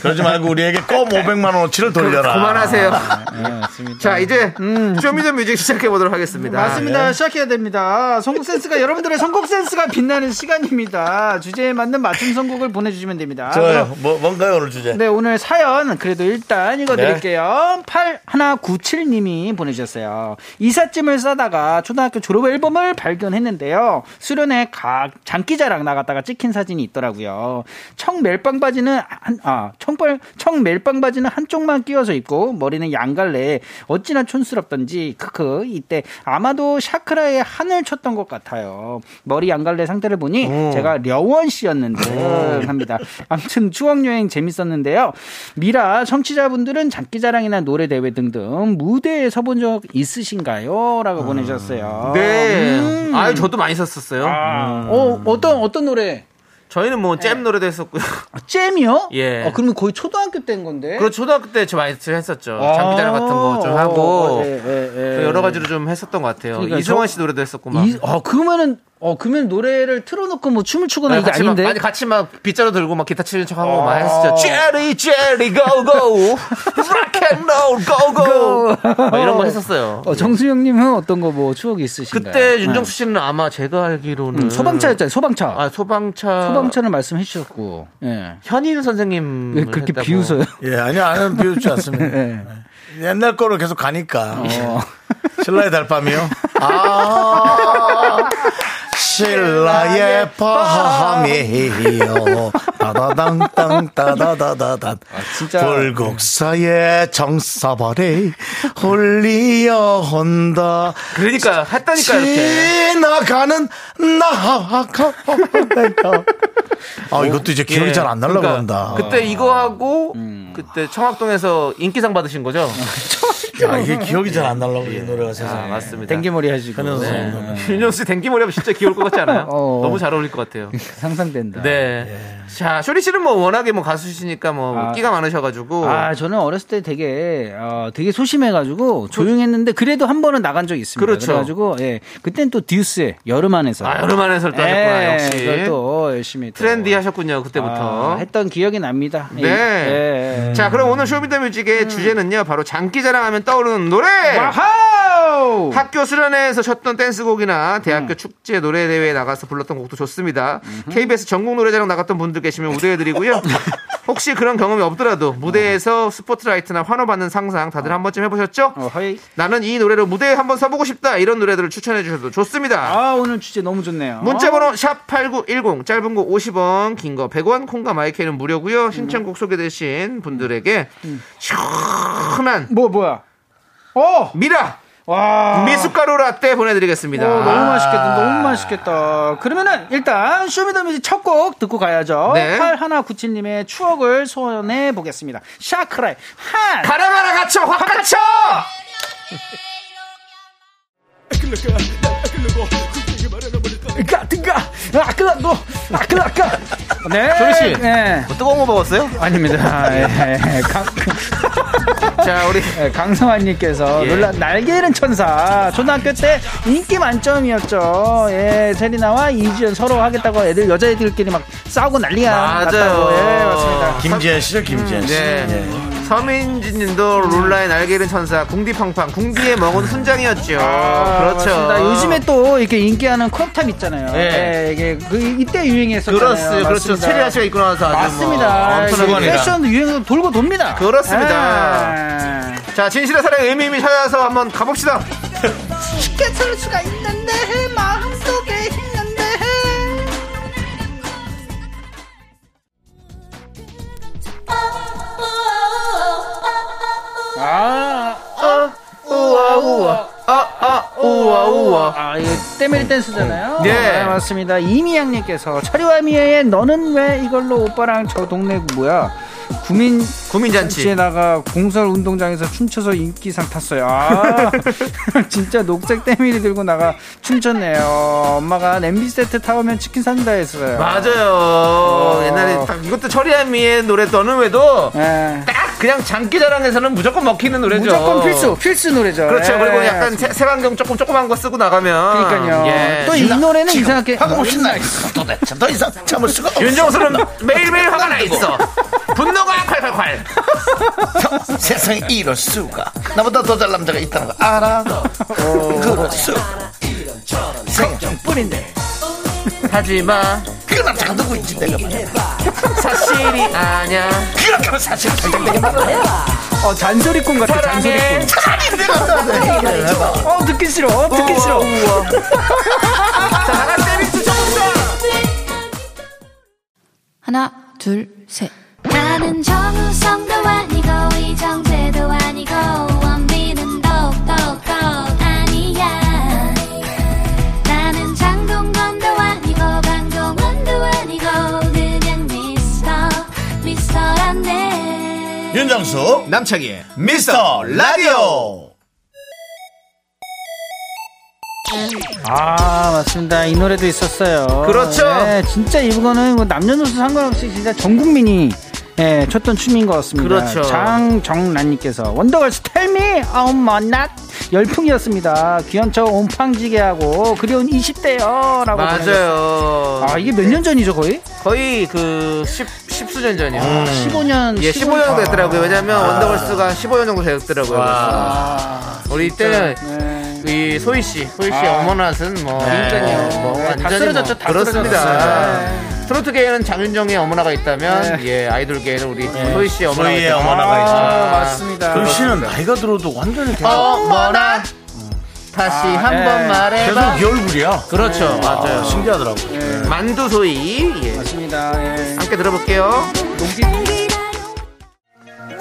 Speaker 1: 그러지 말고 우리에게 껌 500만 원어치를 돌려라.
Speaker 2: 예. 그만하세요.
Speaker 4: 예, 맞습니다. 음.
Speaker 2: 자, 이제 쇼미더뮤직 시작해 보도록 하겠습니다.
Speaker 4: 맞습니다. 시작해야 됩니다. 선곡 센스가 여러분들의 선곡 센스가 빛나는 시간입니다. 있으니까 주제에 맞는 맞춤 선곡을 보내주시면 됩니다.
Speaker 1: 좋아요.
Speaker 4: 그럼-
Speaker 1: 뭐, 뭔가요, 오늘 주제?
Speaker 4: 네, 오늘 사연 그래도 일단 읽어드릴게요. 8197님이 보내주셨어요. 이삿짐을 싸다가 초등학교 졸업 앨범을 발견했는데요. 수련회 가, 장기자랑 나갔다가 찍힌 사진이 있더라고요. 청멜빵 바지는 한, 아, 청벌, 청멜빵 바지는 한쪽만 끼워서 입고 머리는 양갈래. 어찌나 촌스럽던지 크크. 이때 아마도 샤크라에 한을 쳤던 것 같아요. 머리 양갈래 상태를 보니
Speaker 2: 어.
Speaker 4: 제가 려원 씨였는데 합니다. 아무튼 추억 여행 재밌었는데요. 미라 청취자분들은 장기자랑이나 노래 대회 등등 무대에 서본 적 있으신가요?라고 보내셨어요.
Speaker 2: 아. 네.
Speaker 4: 음.
Speaker 2: 아유, 저도 많이 썼었어요.
Speaker 4: 아. 어 어떤 어떤 노래?
Speaker 2: 저희는 뭐 잼 노래도 했었고요.
Speaker 4: 아, 잼이요?
Speaker 2: 예.
Speaker 4: 어, 그러면 거의 초등학교 때인 건데.
Speaker 2: 그리고 초등학교 때 저 많이 했었죠.
Speaker 4: 아.
Speaker 2: 장기자랑 같은 거 좀
Speaker 4: 어,
Speaker 2: 하고. 그
Speaker 4: 예, 예, 예.
Speaker 2: 여러 가지로 좀 했었던 것 같아요.
Speaker 4: 그러니까
Speaker 2: 이승환
Speaker 4: 저-
Speaker 2: 씨 노래도 했었고 막.
Speaker 4: 이, 어 그러면은 어 그러면 노래를 틀어놓고 뭐 춤을 추거나 이게
Speaker 2: 네, 같이
Speaker 4: 아닌데. 아.
Speaker 2: 막, 아니, 같이 막 빗자루 들고 막 기타 치는 척하고 막 했었죠. 제리 제리 고고 락앤롤 고고 막 이런 거 했었어요.
Speaker 4: 어, 정수영님은 어떤 거 뭐 추억이 있으신가요? 네.
Speaker 2: 그때 윤정수 씨는 아마 제가 알기로는
Speaker 4: 음, 소방차였잖아요. 소방차.
Speaker 2: 아 소방차
Speaker 4: 소방차를 말씀해 주셨고. 예.
Speaker 2: 현인 선생님
Speaker 4: 왜 그렇게 비웃어요?
Speaker 1: 예, 아니요, 안 비웃지 않습니다. 네.
Speaker 4: 예.
Speaker 1: 옛날 거로 계속 가니까.
Speaker 4: 어.
Speaker 1: 신라의 달밤이요? 아, 신라의 밤이요. 따다당땅, 따다다다단.
Speaker 2: 아,
Speaker 4: 진짜.
Speaker 1: 불국사의 정사발에 홀리어 혼다.
Speaker 2: 그러니까 했다니까 이렇게
Speaker 1: 지나가는 나하가. 아, 이것도 이제 기억이
Speaker 2: 예.
Speaker 1: 잘 안 날라
Speaker 2: 그러니까
Speaker 1: 그런다.
Speaker 2: 그때 이거 하고
Speaker 4: 음.
Speaker 2: 그때 청학동에서 인기상 받으신 거죠?
Speaker 1: 야, 이게 기억이 잘 안 날라 그래, 이 노래가
Speaker 2: 아,
Speaker 1: 세상에.
Speaker 2: 맞습니다.
Speaker 4: 네. 댕기머리 하시고.
Speaker 1: 현현
Speaker 4: 네.
Speaker 1: 선생님.
Speaker 2: 윤정수 씨 댕기머리 하면 진짜 귀여울 것 같지 않아요?
Speaker 4: 어.
Speaker 2: 너무 잘 어울릴 것 같아요.
Speaker 4: 상상된다.
Speaker 2: 네.
Speaker 1: 예.
Speaker 2: 자, 쇼리 씨는 뭐 워낙에 뭐 가수시니까 뭐
Speaker 4: 아.
Speaker 2: 끼가 많으셔가지고.
Speaker 4: 아, 저는 어렸을 때 되게, 어, 되게 소심해가지고 조용했는데 그래도 한 번은 나간 적이 있습니다.
Speaker 2: 그렇죠.
Speaker 4: 래가지고 예. 그땐 또 듀스의 여름 안에서.
Speaker 2: 아, 여름 안에서를 또 하셨구나,
Speaker 4: 예,
Speaker 2: 역시.
Speaker 4: 그걸 또 열심히. 또.
Speaker 2: 트렌디 하셨군요, 그때부터.
Speaker 4: 아, 했던 기억이 납니다.
Speaker 2: 네.
Speaker 4: 예. 예.
Speaker 2: 자, 그럼 오늘
Speaker 4: 음.
Speaker 2: 쇼미더뮤직의 주제는요, 바로 장기자랑 하면 떠오르는 노래!
Speaker 4: 네. 와우!
Speaker 2: 학교 수련회에서 쳤던 댄스곡이나
Speaker 4: 음.
Speaker 2: 대학교 축제 노래 대회에 나가서 불렀던 곡도 좋습니다. KBS 전국 노래자랑 나갔던 분들 계시면 우대해드리고요. 혹시 그런 경험이 없더라도 무대에서 스포트라이트나 환호받는 상상 다들 한 번쯤 해보셨죠?
Speaker 4: 어, 허이.
Speaker 2: 나는 이 노래로 무대에 한번 서보고 싶다 이런 노래들을 추천해 주셔도 좋습니다.
Speaker 4: 아, 오늘 주제 너무 좋네요. 어?
Speaker 2: 문자번호 샵 #8910 짧은 거 50원, 긴 거 100원, 콩과 마이크는 무료고요.
Speaker 4: 음.
Speaker 2: 신청곡 소개되신 분들에게 시원한
Speaker 4: 뭐, 뭐야? 어!
Speaker 2: 미라
Speaker 4: 와.
Speaker 2: 미숫가루 라떼
Speaker 4: 오,
Speaker 2: 보내드리겠습니다.
Speaker 4: 너무 맛있겠다. 너무 맛있겠다. 그러면은 일단 쇼미더뮤직 첫 곡 듣고 가야죠.
Speaker 2: 네.
Speaker 4: 8197님의 추억을 소원해 보겠습니다. 샤크라의 한.
Speaker 2: 가라마라 갇혀 확 갇혀
Speaker 4: 가든가 아까도 아까 아까. 네.
Speaker 2: 조리 씨.
Speaker 4: 네.
Speaker 2: 뜨거운 거 먹었어요?
Speaker 4: 아닙니다. 아, 예, 예. 강,
Speaker 2: 자 우리
Speaker 4: 예, 강성환님께서
Speaker 2: 예.
Speaker 4: 놀라 날개 잃은 천사 초등학교 때 인기 만점이었죠. 예, 세리나와 이지연 서로 하겠다고 애들 여자애들끼리 막 싸우고 난리야.
Speaker 2: 맞아요.
Speaker 4: 났다고. 예, 맞습니다.
Speaker 1: 김지현 씨죠, 김지현 씨.
Speaker 2: 네. 서민진님도 룰라의 날개는 천사 궁디팡팡 궁디에 먹은 순장이었죠. 그렇죠.
Speaker 4: 아, 맞습니다. 요즘에 또 이렇게 인기하는 크롭탑 있잖아요.
Speaker 2: 예.
Speaker 4: 예, 이게 그 이때 유행했었잖아요.
Speaker 2: 그렇스 그렇죠.
Speaker 4: 맞습니다.
Speaker 2: 체리아 씨가 입고 나와서 아주 뭐
Speaker 4: 맞습니다.
Speaker 2: 엄청난
Speaker 4: 이게
Speaker 2: 겁니다.
Speaker 4: 패션도 유행도 돌고 돕니다.
Speaker 2: 그렇습니다.
Speaker 4: 예.
Speaker 2: 자 진실의 사랑 의미 의미 찾아서 한번 가봅시다.
Speaker 6: 쉽게 찾을 수가 있는데 마음속에 있는데
Speaker 4: 아,
Speaker 2: 우와 우와 아아 우와 우와.
Speaker 4: 아, 이게 때밀 댄스잖아요.
Speaker 2: 네.
Speaker 4: 네, 맞습니다. 이미양님께서 철이와 미애의 너는 왜 이걸로 오빠랑 저 동네 뭐야 구민
Speaker 2: 구민잔치.
Speaker 4: 잔치에다가 공설 운동장에서 춤춰서 인기상 탔어요. 아, 진짜 녹색 때밀이 들고 나가 춤췄네요. 엄마가 냄비 세트 타오면 치킨 산다 했어요.
Speaker 2: 맞아요. 옛날에 딱 이것도 처리한미의 노래 너는 왜도
Speaker 4: 예.
Speaker 2: 딱 그냥 장기자랑에서는 무조건 먹히는 노래죠.
Speaker 4: 무조건 필수, 필수 노래죠.
Speaker 2: 그렇죠.
Speaker 4: 예.
Speaker 2: 그리고 약간 음, 예. 세- 색안경 조금 조그만 거 쓰고 나가면
Speaker 4: 그러니까요. 또 이 노래는 이상하게 음.
Speaker 1: 하고 신나 있어. 도대체 더 이상 참을 수가 없어.
Speaker 2: 윤정수는 매일매일 화가 나 있어. 분노가 콸콸콸.
Speaker 1: 세상에 이럴 수가. 나보다 더 잘 남자가 있다는 거 알아. 그럴 수.
Speaker 2: 하지마.
Speaker 1: 그럴 그럼 잠들고 있지 내가 말이야.
Speaker 2: 사실이 아냐
Speaker 1: 그럼 사실 결정되게 말해.
Speaker 4: 어, 잔소리꾼 같아, 잔소리꾼.
Speaker 1: 아니 내가 말이야.
Speaker 4: 어, 듣기 싫어, 어, 듣기 싫어.
Speaker 5: 하나, 둘, 셋. 나는 정우성도 아니고, 이정재도 아니고, 원빈은 더욱더 아니야. 나는 장동건도 아니고, 강동원도 아니고, 그냥 미스터, 미스터란데.
Speaker 1: 윤정수 남창희 미스터 라디오.
Speaker 4: 아, 맞습니다. 이 노래도 있었어요.
Speaker 2: 그렇죠.
Speaker 4: 네, 진짜 이거는 뭐 남녀노소 상관없이 진짜 전 국민이 예, 췄던 춤인 것 같습니다.
Speaker 2: 그렇죠.
Speaker 4: 장정란님께서 원더걸스 텔미 어머나 열풍이었습니다. 귀한 척 옴팡지게하고 그리운 20대요라고
Speaker 2: 맞아요
Speaker 4: 아 이게 몇 년 전이죠 거의?
Speaker 2: 거의 그 10, 10수년 전이요
Speaker 4: 아, 15년.
Speaker 2: 예, 15년 정도 됐더라고요. 왜냐면 원더걸스가 15년 정도 됐더라고요.
Speaker 4: 아,
Speaker 2: 우리 이때는
Speaker 4: 네.
Speaker 2: 이 소희 씨, 소희 씨
Speaker 4: 아.
Speaker 2: 어머나는 뭐,
Speaker 4: 그러니까요.
Speaker 2: 뭐
Speaker 4: 네, 다
Speaker 2: 완전히
Speaker 4: 쓰러졌죠, 다
Speaker 2: 그렇습니다.
Speaker 4: 쓰러졌어요.
Speaker 2: 트로트계에는 장윤정의 어머나가 있다면, 예, 아이돌계에는 우리 소희 씨의 어머나가
Speaker 1: 소희의
Speaker 2: 있다.
Speaker 1: 어머나가
Speaker 2: 아,
Speaker 1: 있다.
Speaker 2: 맞습니다.
Speaker 1: 그럼 씨는 나이가 들어도 완전히 대
Speaker 2: 어머나 다시
Speaker 4: 아,
Speaker 2: 한 번
Speaker 4: 네.
Speaker 2: 말해봐.
Speaker 1: 계속 이 얼굴이야.
Speaker 2: 그렇죠, 맞아요. 네.
Speaker 1: 신기하더라고.
Speaker 2: 만두 소희, 예.
Speaker 4: 맞습니다. 예.
Speaker 2: 함께 들어볼게요. 네.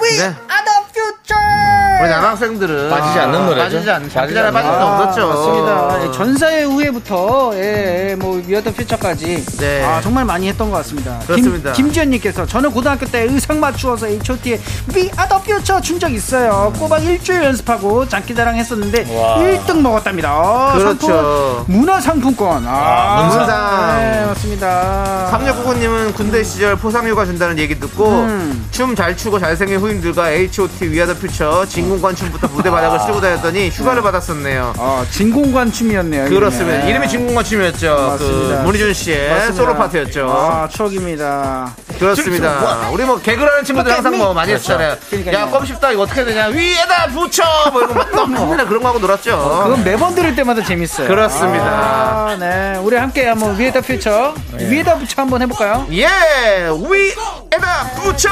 Speaker 2: 우리 남학생들은
Speaker 1: 빠지지 않는 노래죠.
Speaker 2: 빠지지 않는
Speaker 1: 빠지지
Speaker 2: 장기자라 빠질 수
Speaker 4: 아,
Speaker 2: 없었죠. 어.
Speaker 4: 맞습니다. 예, 전사의 후예부터 예, 예, 뭐 위어터 퓨처까지
Speaker 2: 네.
Speaker 4: 아, 정말 많이 했던 것 같습니다.
Speaker 2: 그렇습니다.
Speaker 4: 김, 김지현님께서 저는 고등학교 때 의상 맞추어서 H.O.T.의 We Are the Future 춘 적 있어요. 꼬박 일주일 연습하고 장기자랑 했었는데
Speaker 1: 와.
Speaker 4: 1등 먹었답니다. 어,
Speaker 2: 그렇죠.
Speaker 4: 상품, 문화 상품권. 아,
Speaker 1: 아, 문상.
Speaker 4: 네,
Speaker 2: 문상.
Speaker 4: 맞습니다.
Speaker 2: 3699님은 군대 시절 포상휴가 준다는 얘기 듣고
Speaker 4: 음.
Speaker 2: 춤 잘 추고 잘생긴 후임들과 H.O.T. 위아더 퓨처 진공관 춤부터 무대 바닥을 쓸고 다녔더니 휴가를 받았었네요.
Speaker 4: 어, 진공관 춤이었네요. 이름이.
Speaker 2: 그렇습니다.
Speaker 4: 네.
Speaker 2: 이름이 진공관 춤이었죠. 그
Speaker 4: 맞습니다.
Speaker 2: 문희준 씨의
Speaker 4: 맞습니다.
Speaker 2: 솔로 파트였죠.
Speaker 4: 아, 추억입니다.
Speaker 2: 그렇습니다. 우리 뭐 개그라는 친구들 항상 뭐 많이
Speaker 4: 그렇죠.
Speaker 2: 했잖아요.
Speaker 4: 그러니까요.
Speaker 2: 야, 껌 씹다 이거 어떻게 되냐. 위에다 붙여! 뭐 이런 거 맨날 맨날 그런 거 하고 놀았죠.
Speaker 4: 어, 그건 매번 들을 때마다 재밌어요.
Speaker 2: 그렇습니다.
Speaker 4: 아, 네. 우리 함께 한번 위에다 퓨처, 위에다 퓨처 한번 해볼까요?
Speaker 2: 예! 위에다 붙여!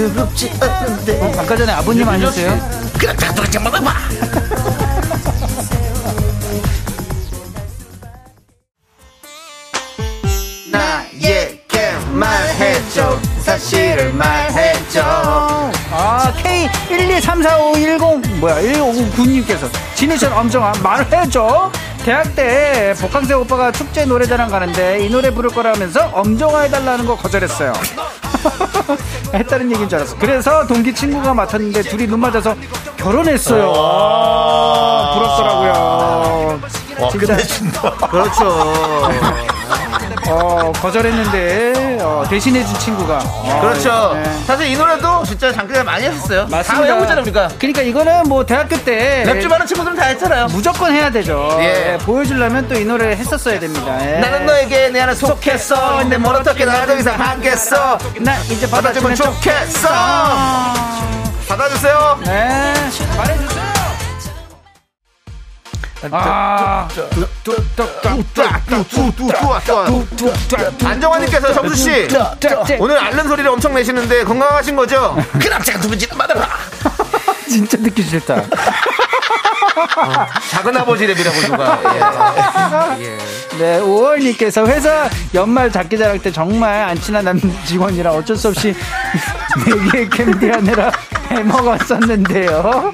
Speaker 4: 어, 아까 전에 아버님 아니었어요?
Speaker 2: 나에게 말해줘. 사실을 말해줘.
Speaker 4: 아, K12344510, 뭐야, 1599님께서. 진우션 엄정아, 말해줘. 대학 때 복학생 오빠가 축제 노래자랑 가는데 이 노래 부를 거라면서 엄정아 해달라는 거 거절했어요. 했다는 얘기인 줄 알았어. 그래서 동기 친구가 맡았는데 둘이 눈 맞아서 결혼했어요. 부럽더라고요.
Speaker 1: 아. 와,
Speaker 4: 진짜.
Speaker 1: 끝내준다.
Speaker 2: 그렇죠.
Speaker 4: 어, 거절했는데 어, 대신해준 친구가. 어,
Speaker 2: 그렇죠.
Speaker 4: 네.
Speaker 2: 사실 이 노래도 진짜 장기를 많이 했었어요.
Speaker 4: 맞습니다.
Speaker 2: 다 외우잖아요, 우리가.
Speaker 4: 그러니까 이거는 뭐 대학교 때
Speaker 2: 랩 좀 하는 친구들은 다 했잖아요.
Speaker 4: 무조건 해야 되죠.
Speaker 2: 예.
Speaker 4: 예, 보여주려면 또 이 노래를 했었어야 됩니다. 예.
Speaker 2: 나는 너에게 내 안에 속했어. 근데 뭘 어떻게 나도 이상 하겠어.
Speaker 4: 나 이제 받아주면
Speaker 2: 받아주면
Speaker 4: 좋.
Speaker 2: 좋겠어.
Speaker 4: 아.
Speaker 2: 받아주세요.
Speaker 4: 네. 말해주세요. 아,
Speaker 2: 안정환님께서 정수 씨 오늘 알른 소리를 엄청 내시는데 건강하신 거죠?
Speaker 1: 그럼 잠들고 말해봐.
Speaker 4: 진짜 듣기 싫다.
Speaker 2: 작은 아버지 랩이라고 누가. 예. 예.
Speaker 4: 네, 5월님께서 회사 연말 장기자랑 때 정말 안 친한 남 직원이라 어쩔 수 없이 내게 캠디하느라 해먹었었는데요.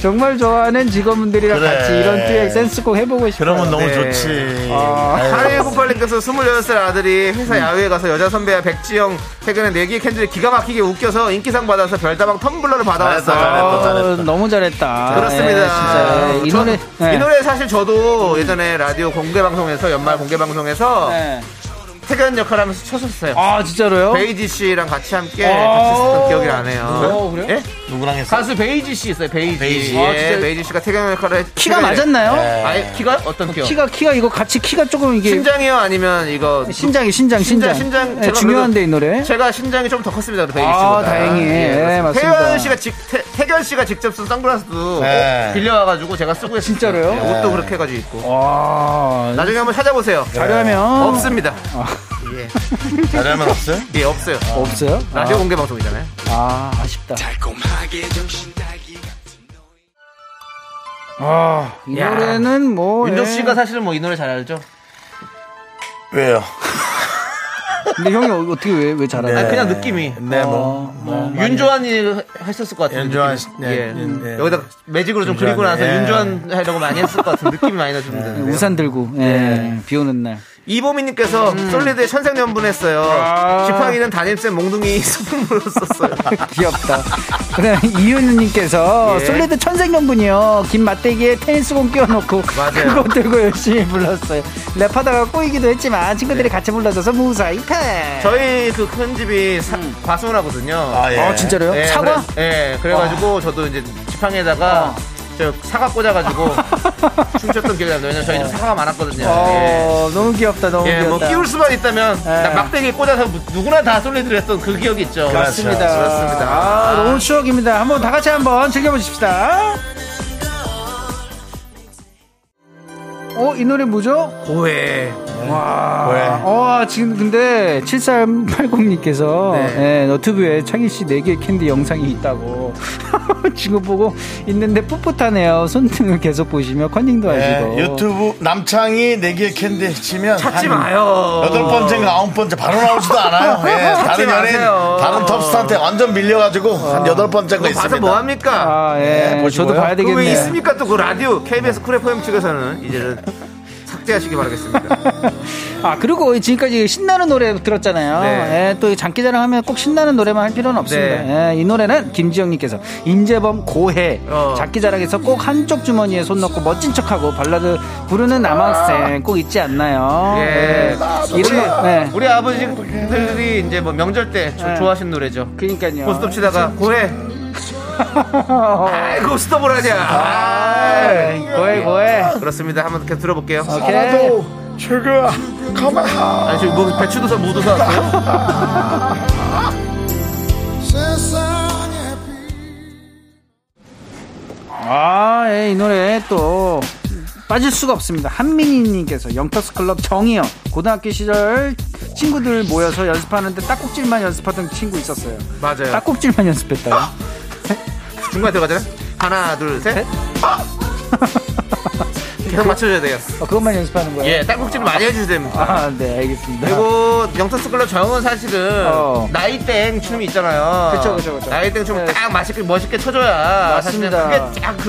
Speaker 4: 정말 좋아하는 직원분들이랑
Speaker 1: 그래.
Speaker 4: 같이 이런 듀엣 센스곡 해보고 싶어요.
Speaker 1: 그러면 너무
Speaker 2: 네.
Speaker 1: 좋지.
Speaker 4: 아.
Speaker 2: 하늘 고팔님께서 예. 28살 아들이 회사 야외에 가서 여자 선배와 백지영 퇴근에 내기 캔디를 기가 막히게 웃겨서 인기상 받아서 별다방 텀블러를 받아왔어요.
Speaker 1: 잘했다, 잘했다.
Speaker 4: 어, 너무 잘했다. 예,
Speaker 2: 그렇습니다. 아,
Speaker 4: 진짜 예, 이
Speaker 2: 저-
Speaker 4: 노래 예.
Speaker 2: 이 노래 사실 저도 예전에 라디오 공개 방송에서 연말 공개 방송에서
Speaker 4: 예.
Speaker 2: 태견 역할 하면서 쳤었어요.
Speaker 4: 아 진짜로요?
Speaker 2: 베이지 씨랑 같이 함께
Speaker 4: 아.
Speaker 2: 같이 했었던 기억이 나네요.
Speaker 4: 어, 그래요?
Speaker 2: 예?
Speaker 1: 누구랑 했어?
Speaker 2: 가수 베이지 씨 있어요. 베이지.
Speaker 1: 베이지.
Speaker 2: 예,
Speaker 1: 아,
Speaker 4: 진짜.
Speaker 2: 베이지 씨가 태견 역할을 했-
Speaker 4: 키가
Speaker 2: 태견이-
Speaker 4: 맞았나요?
Speaker 2: 아니, 키가 어떤 키요?
Speaker 4: 키가 키가 이거 같이 키가 조금 이게
Speaker 2: 예.
Speaker 4: 네,
Speaker 2: 신장이요 아니면 이거
Speaker 4: 신장이 신장
Speaker 2: 신장,
Speaker 4: 신장
Speaker 2: 신장.
Speaker 4: 예,
Speaker 2: 제가
Speaker 4: 중요한데 이 노래.
Speaker 2: 제가 신장이 좀 더 컸습니다. 베이지
Speaker 4: 아
Speaker 2: 씨보다.
Speaker 4: 다행히 예, 맞습니다.
Speaker 2: 태연 씨가 씨가 직, 태, 결 씨가 직접 쓴 선글라스도
Speaker 1: 네.
Speaker 2: 빌려와가지고 제가 쓰고 있어요.
Speaker 4: 진짜로요? 어, 네.
Speaker 2: 네, 옷도 그렇게 해가지고 있고.
Speaker 4: 와.
Speaker 2: 나중에 한번 찾아보세요.
Speaker 4: 자료하면
Speaker 2: 없습니다. 예,
Speaker 1: 잘하면 없어요?
Speaker 2: 예, 없어요.
Speaker 4: 어. 없어요?
Speaker 2: 라디오 공개 방송이잖아요.
Speaker 4: 아, 아쉽다. 아, 이
Speaker 2: 야.
Speaker 4: 노래는 뭐.
Speaker 2: 윤종
Speaker 4: 예.
Speaker 2: 씨가 사실은 뭐 이 노래 잘 알죠?
Speaker 1: 왜요?
Speaker 4: 근데 형이 어- 어떻게 왜, 왜 잘하나?
Speaker 2: 아니, 그냥 느낌이. 어,
Speaker 1: 네, 뭐.
Speaker 2: 윤조한이 했었을 것 같은
Speaker 1: 윤조한
Speaker 2: 느낌.
Speaker 1: 씨, 네,
Speaker 2: 예.
Speaker 1: 윤- 예.
Speaker 2: 여기다 매직으로 좀
Speaker 1: 윤조한, 네.
Speaker 2: 그리고 나서
Speaker 1: 예.
Speaker 2: 윤조한 하려고 많이 했을 것 같은 느낌이 많이 나는데
Speaker 4: 우산 들고, 예.
Speaker 2: 네.
Speaker 4: 비 오는 날.
Speaker 2: 이보미님께서
Speaker 1: 음.
Speaker 2: 솔리드의 천생연분했어요.
Speaker 4: 아.
Speaker 2: 지팡이는 담임쌤 몽둥이 소품으로 썼어요.
Speaker 4: 귀엽다. 그다음 이윤우님께서
Speaker 2: 예.
Speaker 4: 솔리드 천생연분이요. 긴 맞대기에 테니스공 끼워놓고
Speaker 2: 맞아요.
Speaker 4: 그거 들고 열심히 불렀어요. 랩하다가 꼬이기도 했지만 친구들이 같이 불러줘서 무사히 패.
Speaker 2: 예. 저희 그 큰 집이 사- 과수원하거든요.
Speaker 1: 음. 아, 예.
Speaker 4: 아 진짜로요?
Speaker 2: 예,
Speaker 4: 사과?
Speaker 2: 그래, 예, 그래가지고 저도 이제 지팡이에다가
Speaker 4: 어.
Speaker 2: 저 사과 꽂아가지고 춤췄던 기억이 납니다. 왜냐면 저희 집 사과가 많았거든요. 예.
Speaker 4: 어, 너무 귀엽다, 너무
Speaker 2: 예,
Speaker 4: 귀엽다. 예.
Speaker 2: 뭐 끼울 수만 있다면 나 막대기 꽂아서 누구나 다 솔리드를 했던 그 기억이 있죠.
Speaker 1: 네.
Speaker 4: 맞습니다.
Speaker 2: 그렇습니다.
Speaker 4: 아, 너무 추억입니다. 한번 다 같이 한번 즐겨보십시다. 어, 이 노래 뭐죠?
Speaker 2: 네. 고해. 아,
Speaker 1: 왜?
Speaker 4: 어, 지금 근데 7380님께서 예,
Speaker 2: 네.
Speaker 4: 너튜브에 창희 씨 4개 캔디 영상이 있다고 지금 보고 있는데 풋풋하네요. 손등을 계속 보시며 컨닝도 하시고.
Speaker 1: 네, 유튜브 남창이 내기의 캔디 치면
Speaker 2: 찾지
Speaker 1: 한
Speaker 2: 마요.
Speaker 1: 여덟 번째인가 아홉 번째 바로 나오지도 않아요. 예, 다른 연예인,
Speaker 2: 마세요. 어.
Speaker 1: 다른 톱스타한테 완전 밀려가지고 한 여덟 번째가
Speaker 2: 봐서
Speaker 1: 있습니다.
Speaker 2: 뭐 합니까?
Speaker 4: 아, 예.
Speaker 1: 네, 보시고요.
Speaker 4: 저도 봐야
Speaker 2: 그왜
Speaker 4: 되겠네요.
Speaker 2: 있습니까 또 그 라디오 KBS 쿨 FM 측에서는 이제는 삭제하시기 바라겠습니다.
Speaker 4: 아 그리고 지금까지 신나는 노래 들었잖아요.
Speaker 2: 네.
Speaker 4: 예, 또 장기자랑 하면 꼭 신나는 노래만 할 필요는 없습니다. 예, 이 노래는 김지영님께서 임재범 고해
Speaker 2: 어.
Speaker 4: 장기자랑에서 꼭 한쪽 주머니에 손 넣고 멋진 척하고 발라드 부르는 남학생 꼭 있지 않나요?
Speaker 2: 아. 예.
Speaker 4: 예. 이런 거- 예.
Speaker 2: 우리 아버지들이 이제 뭐 명절 때 조-
Speaker 4: 네.
Speaker 2: 좋아하신 노래죠.
Speaker 4: 그러니까요.
Speaker 2: 고스톱 치다가 고해. 아이, 고스톱을 하냐. 아이,
Speaker 4: 아, 고해 고해.
Speaker 2: 네. 그렇습니다. 한번 계속 들어볼게요.
Speaker 4: 오케이.
Speaker 2: 아, 지금 뭐 배추도사 무도사 왔어요?
Speaker 4: 아, 예, 이 노래 또 빠질 수가 없습니다. 한민희님께서 영턱스 클럽 정이요. 고등학교 시절 친구들 모여서 연습하는데 딱꼭질만 연습하던 친구 있었어요.
Speaker 2: 맞아요.
Speaker 4: 딱꼭질만 연습했다요.
Speaker 2: 중간에 들어가잖아요. 하나, 둘,
Speaker 4: 네.
Speaker 2: 셋. 계속 맞춰줘야 돼요.
Speaker 4: 어, 그것만 연습하는 거예요.
Speaker 2: 예, 딸꾹질 많이 해주셔야 됩니다.
Speaker 4: 아, 네, 알겠습니다.
Speaker 2: 그리고 영탁스 클럽 정은 사실은
Speaker 4: 어.
Speaker 2: 나이땡 춤이 있잖아요.
Speaker 4: 그쵸, 그쵸, 그쵸.
Speaker 2: 나이땡 춤을
Speaker 4: 네.
Speaker 2: 딱 맛있게 멋있게 쳐줘야 사실은
Speaker 4: 맞습니다.
Speaker 2: 그게 딱그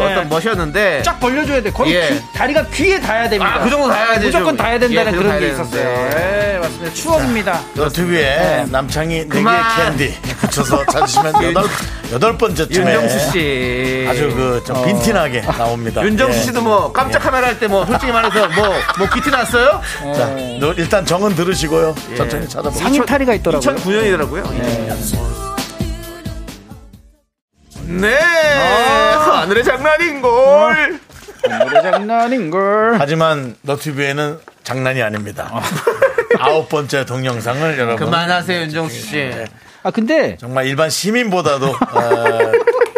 Speaker 4: 네.
Speaker 2: 어떤 멋이었는데
Speaker 4: 쫙 벌려줘야 돼. 거의
Speaker 2: 예.
Speaker 4: 귀- 다리가 귀에 닿아야 됩니다.
Speaker 2: 아, 그 정도 닿아야지
Speaker 4: 무조건
Speaker 2: 좀.
Speaker 4: 닿아야
Speaker 2: 예,
Speaker 4: 된다는
Speaker 2: 그 정도
Speaker 4: 그런 게
Speaker 2: 닿아야
Speaker 4: 있었어요.
Speaker 2: 되는데.
Speaker 4: 예, 맞습니다. 추억입니다.
Speaker 1: 유튜브에 남창이 내기의
Speaker 2: 네. 그만.
Speaker 1: 캔디 붙여서 찾으시면 여덟 여덟 번째쯤에
Speaker 4: 네.
Speaker 2: 윤정수 씨. 어.
Speaker 1: 아주 그 좀 빈티나게 나옵니다.
Speaker 2: 윤정수
Speaker 1: 예.
Speaker 2: 씨도 뭐 깜짝 카메라 할 때 뭐 솔직히 말해서 뭐 뭐 귀티 났어요?
Speaker 1: 자, 너 일단 정은 들으시고요. 천천히 찾아보세요.
Speaker 4: 상의 탈의가 있더라고요.
Speaker 2: 2009년이더라고요. 네.
Speaker 4: 아.
Speaker 2: 하늘의 장난인걸.
Speaker 4: 노래 장난인걸.
Speaker 1: 하지만 너튜브에는 장난이 아닙니다. 아홉 번째 동영상을 여러분
Speaker 2: 그만하세요, 윤정수 씨.
Speaker 4: 아, 근데
Speaker 1: 정말 일반 시민보다도 어,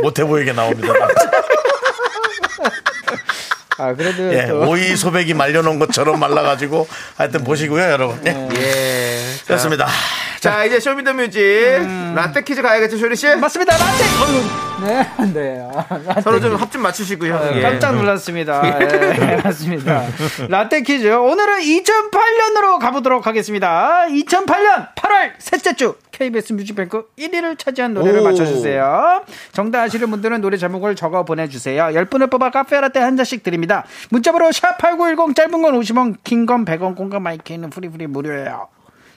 Speaker 1: 못해 보이게 나옵니다.
Speaker 4: 아, 그래도
Speaker 1: 예,
Speaker 4: 또
Speaker 1: 오이 소백이 말려놓은 것처럼 말라가지고 하여튼 보시고요, 여러분. 예,
Speaker 2: 예.
Speaker 4: 네.
Speaker 1: 그렇습니다.
Speaker 2: 자, 이제 쇼미더뮤직 라떼 퀴즈 가야겠죠, 쇼리 씨?
Speaker 4: 음. 맞습니다. 라떼. 어이구. 네, 네. 아, 라떼.
Speaker 2: 서로 좀 합 좀 맞추시고요. 예.
Speaker 4: 네. 깜짝 놀랐습니다. 예, 맞습니다. 라떼 퀴즈. 오늘은 2008년으로 가보도록 하겠습니다. 2008년 8월 셋째 주 KBS 뮤직뱅크 1위를 차지한 노래를
Speaker 2: 오.
Speaker 4: 맞춰주세요. 정답 아시는 분들은 노래 제목을 적어 보내주세요. 10분을 뽑아 카페라떼 한 잔씩 드립니다. 문자번호 샵8910 짧은 건 50원, 긴 건 100원, 공감 마이크는 프리프리 무료예요.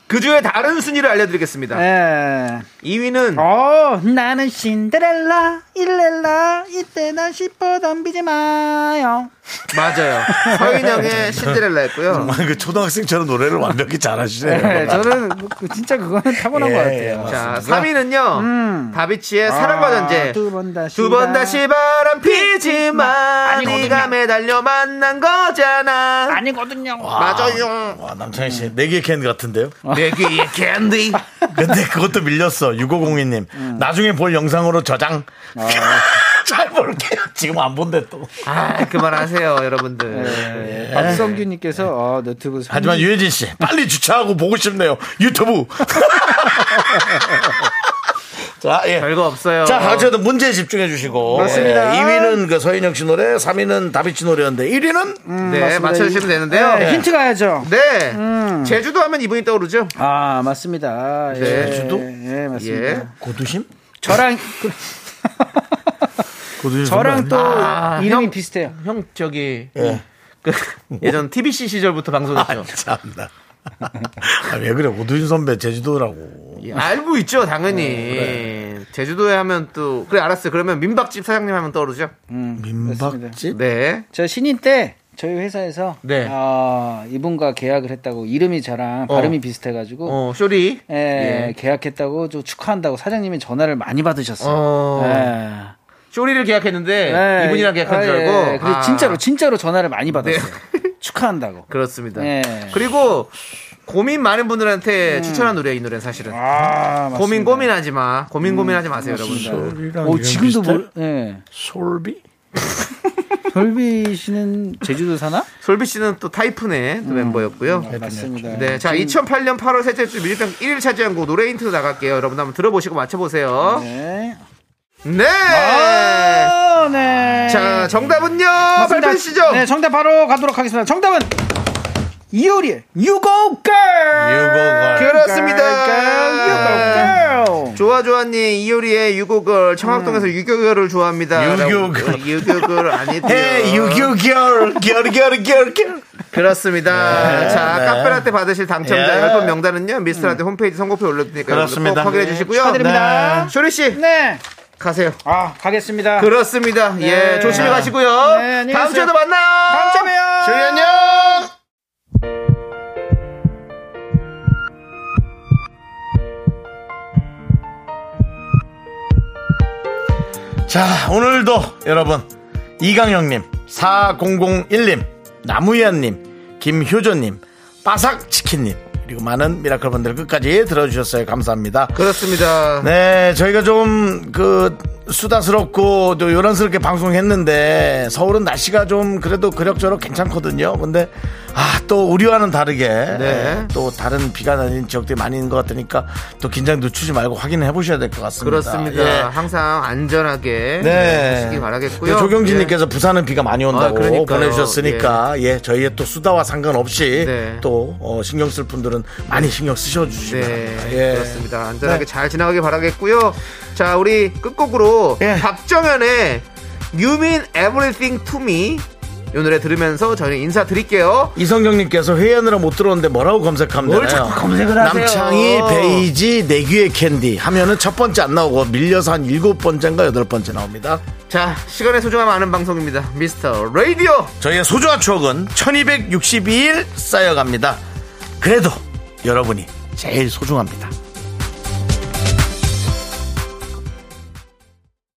Speaker 2: 그 중에 다른 순위를 알려드리겠습니다.
Speaker 4: 예.
Speaker 2: 2위는
Speaker 4: 어, 나는 신데렐라, 일렐라, 이때 나 싶어 덤비지 마요.
Speaker 2: 맞아요. 서인영의
Speaker 4: 음.
Speaker 2: 신데렐라였고요.
Speaker 1: 정말 그 초등학생처럼 노래를 완벽히 잘하시네요.
Speaker 4: 네, 저는 그- 진짜 그거는 타고난
Speaker 1: 예,
Speaker 4: 것 같아요.
Speaker 2: 자, 3위는요. 다비치의 사랑과 전쟁.
Speaker 4: 음. 아, 두 번 다시
Speaker 2: 두 번 다시 바람 피지 마.
Speaker 4: 아니거든요.
Speaker 2: 네가 매달려 만난 거잖아.
Speaker 4: 아니거든요.
Speaker 2: 맞아요.
Speaker 1: 와, 남창희 씨, 내기의 캔 같은데요?
Speaker 2: 내귀의 캔디.
Speaker 1: 근데 그것도 밀렸어. 6502님. 나중에 볼 영상으로 저장. 잘 볼게요. 지금 안 본데 또.
Speaker 2: 아, 그만하세요, 여러분들.
Speaker 4: 네. 박성규님께서 어, 너튜브 손님-
Speaker 1: 하지만 유혜진 씨, 빨리 주차하고 보고 싶네요. 유튜브. 자, 예.
Speaker 2: 별거 없어요.
Speaker 1: 자, 어쨌든 문제에 집중해 주시고.
Speaker 4: 맞습니다.
Speaker 1: 2위는 그 서인영 씨 노래, 3위는 다비치 노래였는데 1위는
Speaker 2: 네,
Speaker 4: 음, 맞습니다.
Speaker 2: 맞춰주시면 되는데요.
Speaker 4: 네, 힌트 음. 가야죠.
Speaker 2: 네. 제주도 하면 이분이 떠오르죠.
Speaker 4: 아 맞습니다. 예,
Speaker 2: 제주도?
Speaker 4: 예 맞습니다.
Speaker 2: 예.
Speaker 1: 고두심?
Speaker 4: 저랑 그-
Speaker 1: 고두심
Speaker 4: 저랑 또 이름이
Speaker 2: 형.
Speaker 4: 비슷해요.
Speaker 2: 형, 저기.
Speaker 4: 네.
Speaker 1: 예.
Speaker 2: 그, 예전 TBC 시절부터 방송했죠.
Speaker 1: 참나. 아, 왜 그래? 고두심 선배 제주도라고.
Speaker 2: 예, 알고 있죠, 당연히.
Speaker 4: 네,
Speaker 2: 제주도에 하면 또 그래 알았어요. 그러면 민박집 사장님 하면 떠오르죠.
Speaker 1: 민박집?
Speaker 2: 네.
Speaker 4: 음. 저 신인 때 저희 회사에서
Speaker 2: 네.
Speaker 4: 아, 이분과 계약을 했다고 이름이 저랑 발음이 비슷해가지고
Speaker 2: 어, 쇼리.
Speaker 4: 예, 계약했다고 저 축하한다고 사장님이 전화를 많이 받으셨어요.
Speaker 2: 어.
Speaker 4: 예.
Speaker 2: 쇼리를 계약했는데
Speaker 4: 예,
Speaker 2: 이분이랑 계약한 줄
Speaker 4: 아, 예,
Speaker 2: 알고.
Speaker 4: 예. 그래서
Speaker 2: 아, 네.
Speaker 4: 진짜로 진짜로 전화를 많이 받았어요. 축하한다고.
Speaker 2: 그렇습니다.
Speaker 4: 예.
Speaker 2: 그리고 고민 많은 분들한테 추천한 노래 이 노래는 사실은.
Speaker 4: 아, 맞습니다. 음, 그렇죠.
Speaker 2: 고민 고민하지 마. 고민 고민하지 마세요, 여러분들.
Speaker 1: 소리랑
Speaker 4: 오,
Speaker 1: 이름
Speaker 4: 지금도
Speaker 1: 비슷해?
Speaker 4: 뭐, 예.
Speaker 1: 솔비?
Speaker 4: 별비 씨는 제주도 사나?
Speaker 2: 솔비 씨는 또 타이푼의 또 멤버였고요.
Speaker 4: 음, 맞습니다. 음.
Speaker 2: 네, 자 2008년 8월 셋째 주 뮤직뱅 1위를 차지한 곡 노래 힌트 나갈게요. 여러분 한번 들어보시고 맞춰보세요.
Speaker 4: 네.
Speaker 2: 네.
Speaker 4: 어, 네.
Speaker 2: 자, 정답은요.
Speaker 4: 맞습니다.
Speaker 2: 발표시죠.
Speaker 4: 네, 정답 바로 가도록 하겠습니다. 정답은 이효리의 You Go Girl.
Speaker 1: 유고가.
Speaker 4: Girl,
Speaker 2: 그렇습니다.
Speaker 4: Girl, Girl.
Speaker 2: 좋아 좋아님 이효리의 유고걸 청학동에서
Speaker 4: 음.
Speaker 2: 유교결을 좋아합니다.
Speaker 1: 유교걸.
Speaker 2: 라고- 어, 유교걸 아니고요.
Speaker 4: 네,
Speaker 1: 헤 유교결 결결결결
Speaker 2: 그렇습니다. 자
Speaker 1: 네.
Speaker 2: 카페라떼 받으실 당첨자
Speaker 1: 예.
Speaker 2: 열1 명단은요 미스터라떼 홈페이지 선곡표 올려드니까 여러분들
Speaker 1: 그렇습니다.
Speaker 2: 꼭 확인해 주시고요.
Speaker 4: 음. 축하드립니다.
Speaker 2: 쇼리 씨
Speaker 4: 네.
Speaker 2: 가세요.
Speaker 4: 아, 가겠습니다.
Speaker 2: 그렇습니다.
Speaker 4: 네.
Speaker 2: 예 조심히 가시고요.
Speaker 4: 네, 안녕히
Speaker 2: 다음
Speaker 4: 계세요.
Speaker 2: 주에도 만나요.
Speaker 4: 다음 주에 봬요.
Speaker 2: 쇼리 안녕.
Speaker 1: 자 오늘도 여러분 이강영님 4001님 나무야님 김효조님 바삭치킨님 그리고 많은 미라클분들 끝까지 들어주셨어요 감사합니다
Speaker 2: 그렇습니다.
Speaker 1: 네 저희가 좀 그 수다스럽고 또 요란스럽게 방송했는데 서울은 날씨가 좀 그래도 그럭저럭 괜찮거든요 근데 아 또 우리와는 다르게
Speaker 2: 네.
Speaker 1: 또 다른 비가 내리는 지역들이 많이 있는 것 같으니까 또 긴장 늦추지 말고 확인해 보셔야 될 것 같습니다
Speaker 2: 그렇습니다.
Speaker 1: 예.
Speaker 2: 항상 안전하게 네.
Speaker 1: 네.
Speaker 2: 보시기 바라겠고요. 예.
Speaker 1: 조경진님께서 부산은 비가 많이 온다고
Speaker 2: 아, 그러니까요.
Speaker 1: 보내주셨으니까 예. 저희의 또 수다와 상관없이
Speaker 2: 네.
Speaker 1: 또 어, 신경 쓸 분들은 많이 신경 쓰셔
Speaker 2: 예.
Speaker 1: 주시면
Speaker 2: 네,
Speaker 1: 예.
Speaker 2: 그렇습니다.
Speaker 1: 네.
Speaker 2: 안전하게 잘 지나가길 바라겠고요. 자, 우리 끝곡으로
Speaker 1: 예.
Speaker 2: 박정현의 You Mean Everything to Me 이 노래 들으면서 저희는 인사드릴게요.
Speaker 1: 이성경님께서 회의하느라 못 들었는데 뭐라고 검색하면
Speaker 2: 뭘
Speaker 1: 되나요?
Speaker 2: 자꾸 검색을 하세요.
Speaker 1: 남창이 베이지 내 귀의 캔디 하면은 첫 번째 안 나오고 밀려서 한 일곱 번째인가 여덟 번째 나옵니다.
Speaker 2: 자, 시간의 소중함 아는 방송입니다. 미스터 라디오.
Speaker 1: 저희의 소중한 추억은 1262일 쌓여갑니다. 그래도 여러분이 제일 소중합니다.